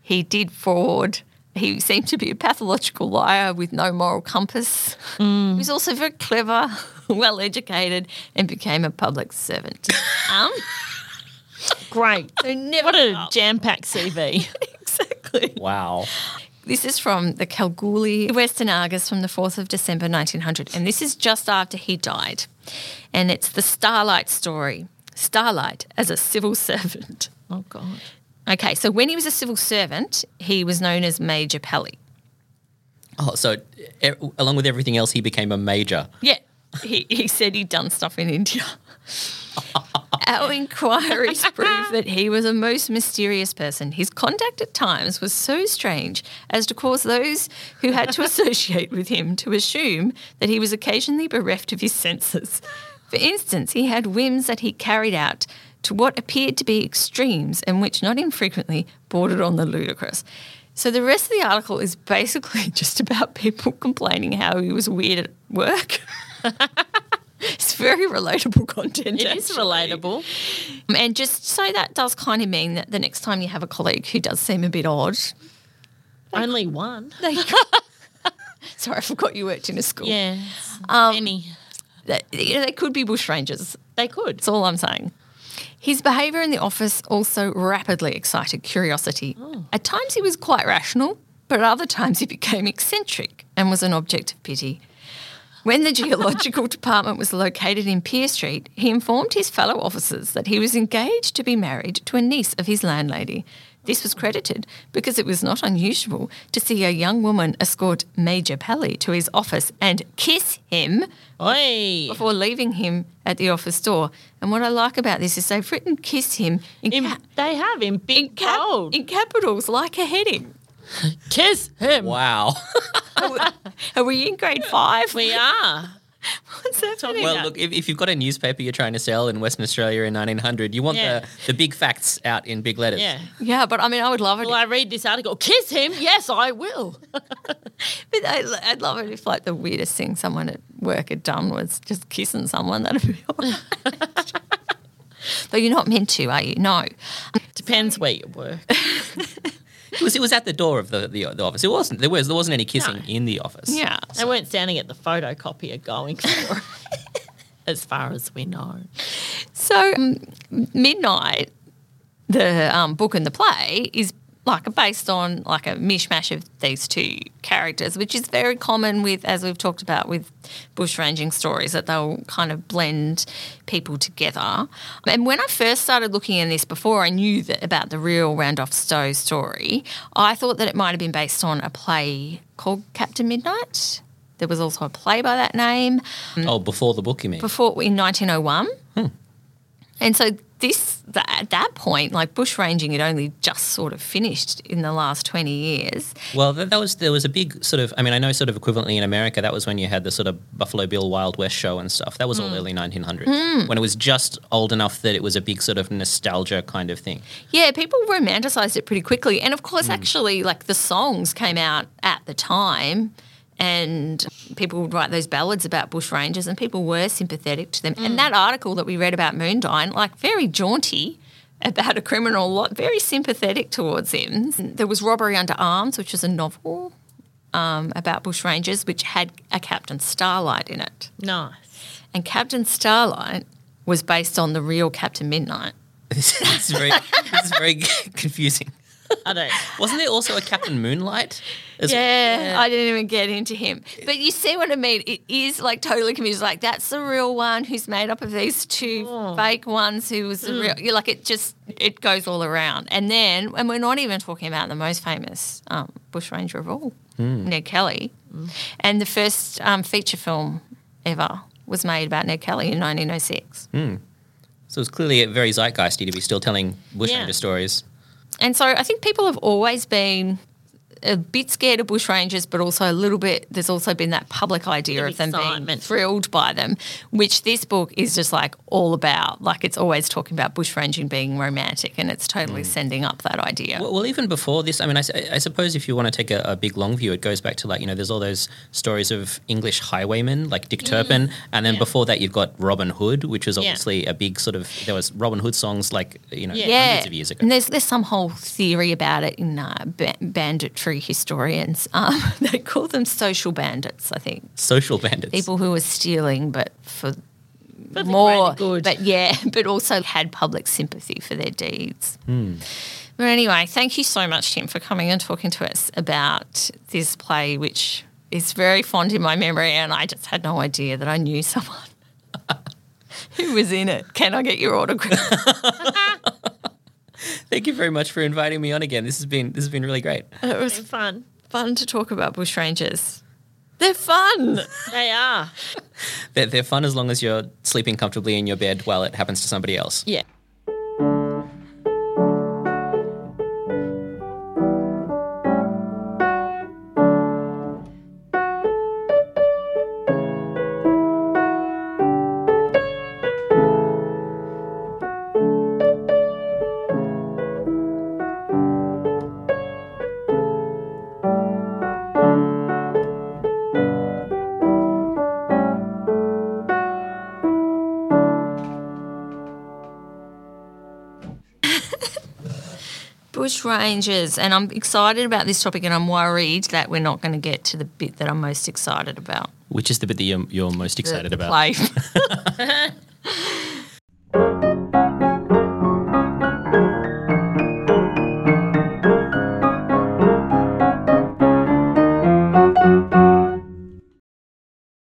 Speaker 1: he did fraud. He seemed to be a pathological liar with no moral compass.
Speaker 2: Mm.
Speaker 1: He was also very clever, well educated, and became a public servant. Um,
Speaker 2: Great.
Speaker 1: so never
Speaker 2: What a
Speaker 1: stopped.
Speaker 2: jam packed CV.
Speaker 1: exactly.
Speaker 3: Wow.
Speaker 1: This is from the Kalgoorlie Western Argus from the 4th of December 1900, and this is just after he died. And it's the Starlight story Starlight as a civil servant.
Speaker 2: Oh, God.
Speaker 1: Okay, so when he was a civil servant, he was known as Major Pelly.
Speaker 3: Oh, so e- along with everything else, he became a major.
Speaker 1: Yeah, he, he said he'd done stuff in India. Our inquiries prove that he was a most mysterious person. His conduct at times was so strange as to cause those who had to associate with him to assume that he was occasionally bereft of his senses. For instance, he had whims that he carried out to what appeared to be extremes and which not infrequently bordered on the ludicrous. So the rest of the article is basically just about people complaining how he was weird at work. it's very relatable content.
Speaker 2: It is
Speaker 1: actually.
Speaker 2: relatable.
Speaker 1: And just so that does kind of mean that the next time you have a colleague who does seem a bit odd,
Speaker 2: Only one.
Speaker 1: they. Sorry, I forgot you worked in a school.
Speaker 2: Yeah.
Speaker 1: Um,
Speaker 2: Many.
Speaker 1: That- you know, they could be bushrangers.
Speaker 2: They could.
Speaker 1: That's all I'm saying. His behaviour in the office also rapidly excited curiosity. At times he was quite rational, but at other times he became eccentric and was an object of pity. When the geological department was located in Pier Street, he informed his fellow officers that he was engaged to be married to a niece of his landlady. This was credited because it was not unusual to see a young woman escort Major Pelly to his office and kiss him
Speaker 2: Oi.
Speaker 1: before leaving him at the office door. And what I like about this is they've written kiss him in,
Speaker 2: In-
Speaker 1: ca-
Speaker 2: they have in big
Speaker 1: cap-
Speaker 2: gold.
Speaker 1: in capitals like a heading.
Speaker 2: Kiss him.
Speaker 3: Wow.
Speaker 1: Are we, are we in grade five?
Speaker 2: We are.
Speaker 1: What's happening?
Speaker 3: well,
Speaker 2: Yeah.
Speaker 3: look, if, if you've got a newspaper you're trying to sell in Western Australia in 1900, you want
Speaker 2: Yeah.
Speaker 3: the, the big facts out in big letters.
Speaker 2: Yeah.
Speaker 1: Yeah, but I mean, I would love it.
Speaker 2: Will I read this article? Kiss him? Yes, I will.
Speaker 1: but I, would love it if, like, the weirdest thing someone at work had done was just kissing someone. That'd be all right. But you're not meant to, are you? No.
Speaker 2: Depends where you work.
Speaker 3: It was it was at the door of the, the, the office. It wasn't there was there wasn't any kissing
Speaker 2: No.
Speaker 3: in the office.
Speaker 1: Yeah.
Speaker 2: They weren't standing at the photocopier going for it, as far as we know.
Speaker 1: So um, Midnight, the um, book and the play, is like based on like a mishmash of these two characters, which is very common with, as we've talked about, with bushranging stories that they'll kind of blend people together. And when I first started looking in this, before I knew that about the real Randolph Stowe story, I thought that it might have been based on a play called Captain Midnight. There was also a play by that name
Speaker 3: Oh, before the book, you mean?
Speaker 1: before in 1901. And so this th- at that point, like bushranging had only just sort of finished in the last twenty years.
Speaker 3: Well, that, that was there was a big sort of. I mean, I know sort of equivalently in America. That was when you had the sort of Buffalo Bill Wild West show and stuff. That was all early 1900s when it was just old enough that it was a big sort of nostalgia kind of thing.
Speaker 1: Yeah, people romanticized it pretty quickly. And of course, actually, like the songs came out at the time and people would write those ballads about bushrangers and people were sympathetic to them. And that article that we read about Moondyne, like very jaunty about a criminal lot, very sympathetic towards him. There was Robbery Under Arms, which is a novel um, about bushrangers, which had a Captain Starlight in it.
Speaker 2: Nice.
Speaker 1: And Captain Starlight was based on the real Captain Midnight.
Speaker 3: This is very this is very confusing.
Speaker 2: I don't.
Speaker 3: Wasn't there also a Captain Moonlight? As-
Speaker 1: Yeah, I didn't even get into him. But you see what I mean? It is like totally confused. Like that's the real one who's made up of these two fake ones who was the real. You're like it just it goes all around. And then, and we're not even talking about the most famous um, bushranger of all, Ned Kelly. And the first um, feature film ever was made about Ned Kelly in 1906.
Speaker 3: So it's clearly very zeitgeisty to be still telling bushranger
Speaker 2: Yeah.
Speaker 3: stories.
Speaker 1: And so I think people have always been a bit scared of bushrangers, but also a little bit, there's also been that public idea
Speaker 2: Bit
Speaker 1: of them being
Speaker 2: excitement.
Speaker 1: thrilled by them, which this book is just like all about. Like it's always talking about bushranging being romantic and it's
Speaker 3: Mm.
Speaker 1: totally sending up that idea.
Speaker 3: Well, well, even before this, I mean, I, s- I suppose if you want to take a, a big long view, it goes back to like, you know, there's all those stories of English highwaymen like Dick Turpin. And then before that, you've got Robin Hood, which was obviously a big sort of, there was Robin Hood songs like, you know, hundreds of years ago.
Speaker 1: And there's there's some whole theory about it in uh, ba- banditry historians. Um, they call them social bandits, I think.
Speaker 3: Social bandits.
Speaker 1: People who are stealing, but for
Speaker 2: But
Speaker 1: more,
Speaker 2: more good.
Speaker 1: but yeah, but also had public sympathy for their deeds. But anyway, thank you so much, Tim, for coming and talking to us about this play, which is very fond in my memory, and I just had no idea that I knew someone who was in it. Can I get your autograph?
Speaker 3: Thank you very much for inviting me on again. This has been, this has been really great.
Speaker 1: it was
Speaker 2: fun.
Speaker 1: fun to talk about bushrangers. They're fun.
Speaker 2: They are.
Speaker 3: They're, they're fun as long as you're sleeping comfortably in your bed while it happens to somebody else.
Speaker 2: Yeah.
Speaker 1: Bushrangers, and I'm excited about this topic, and I'm worried that we're not going to get to the bit that I'm most excited about.
Speaker 3: Which is the bit that you're, you're most
Speaker 1: the-
Speaker 3: excited
Speaker 1: the
Speaker 3: about?
Speaker 1: play.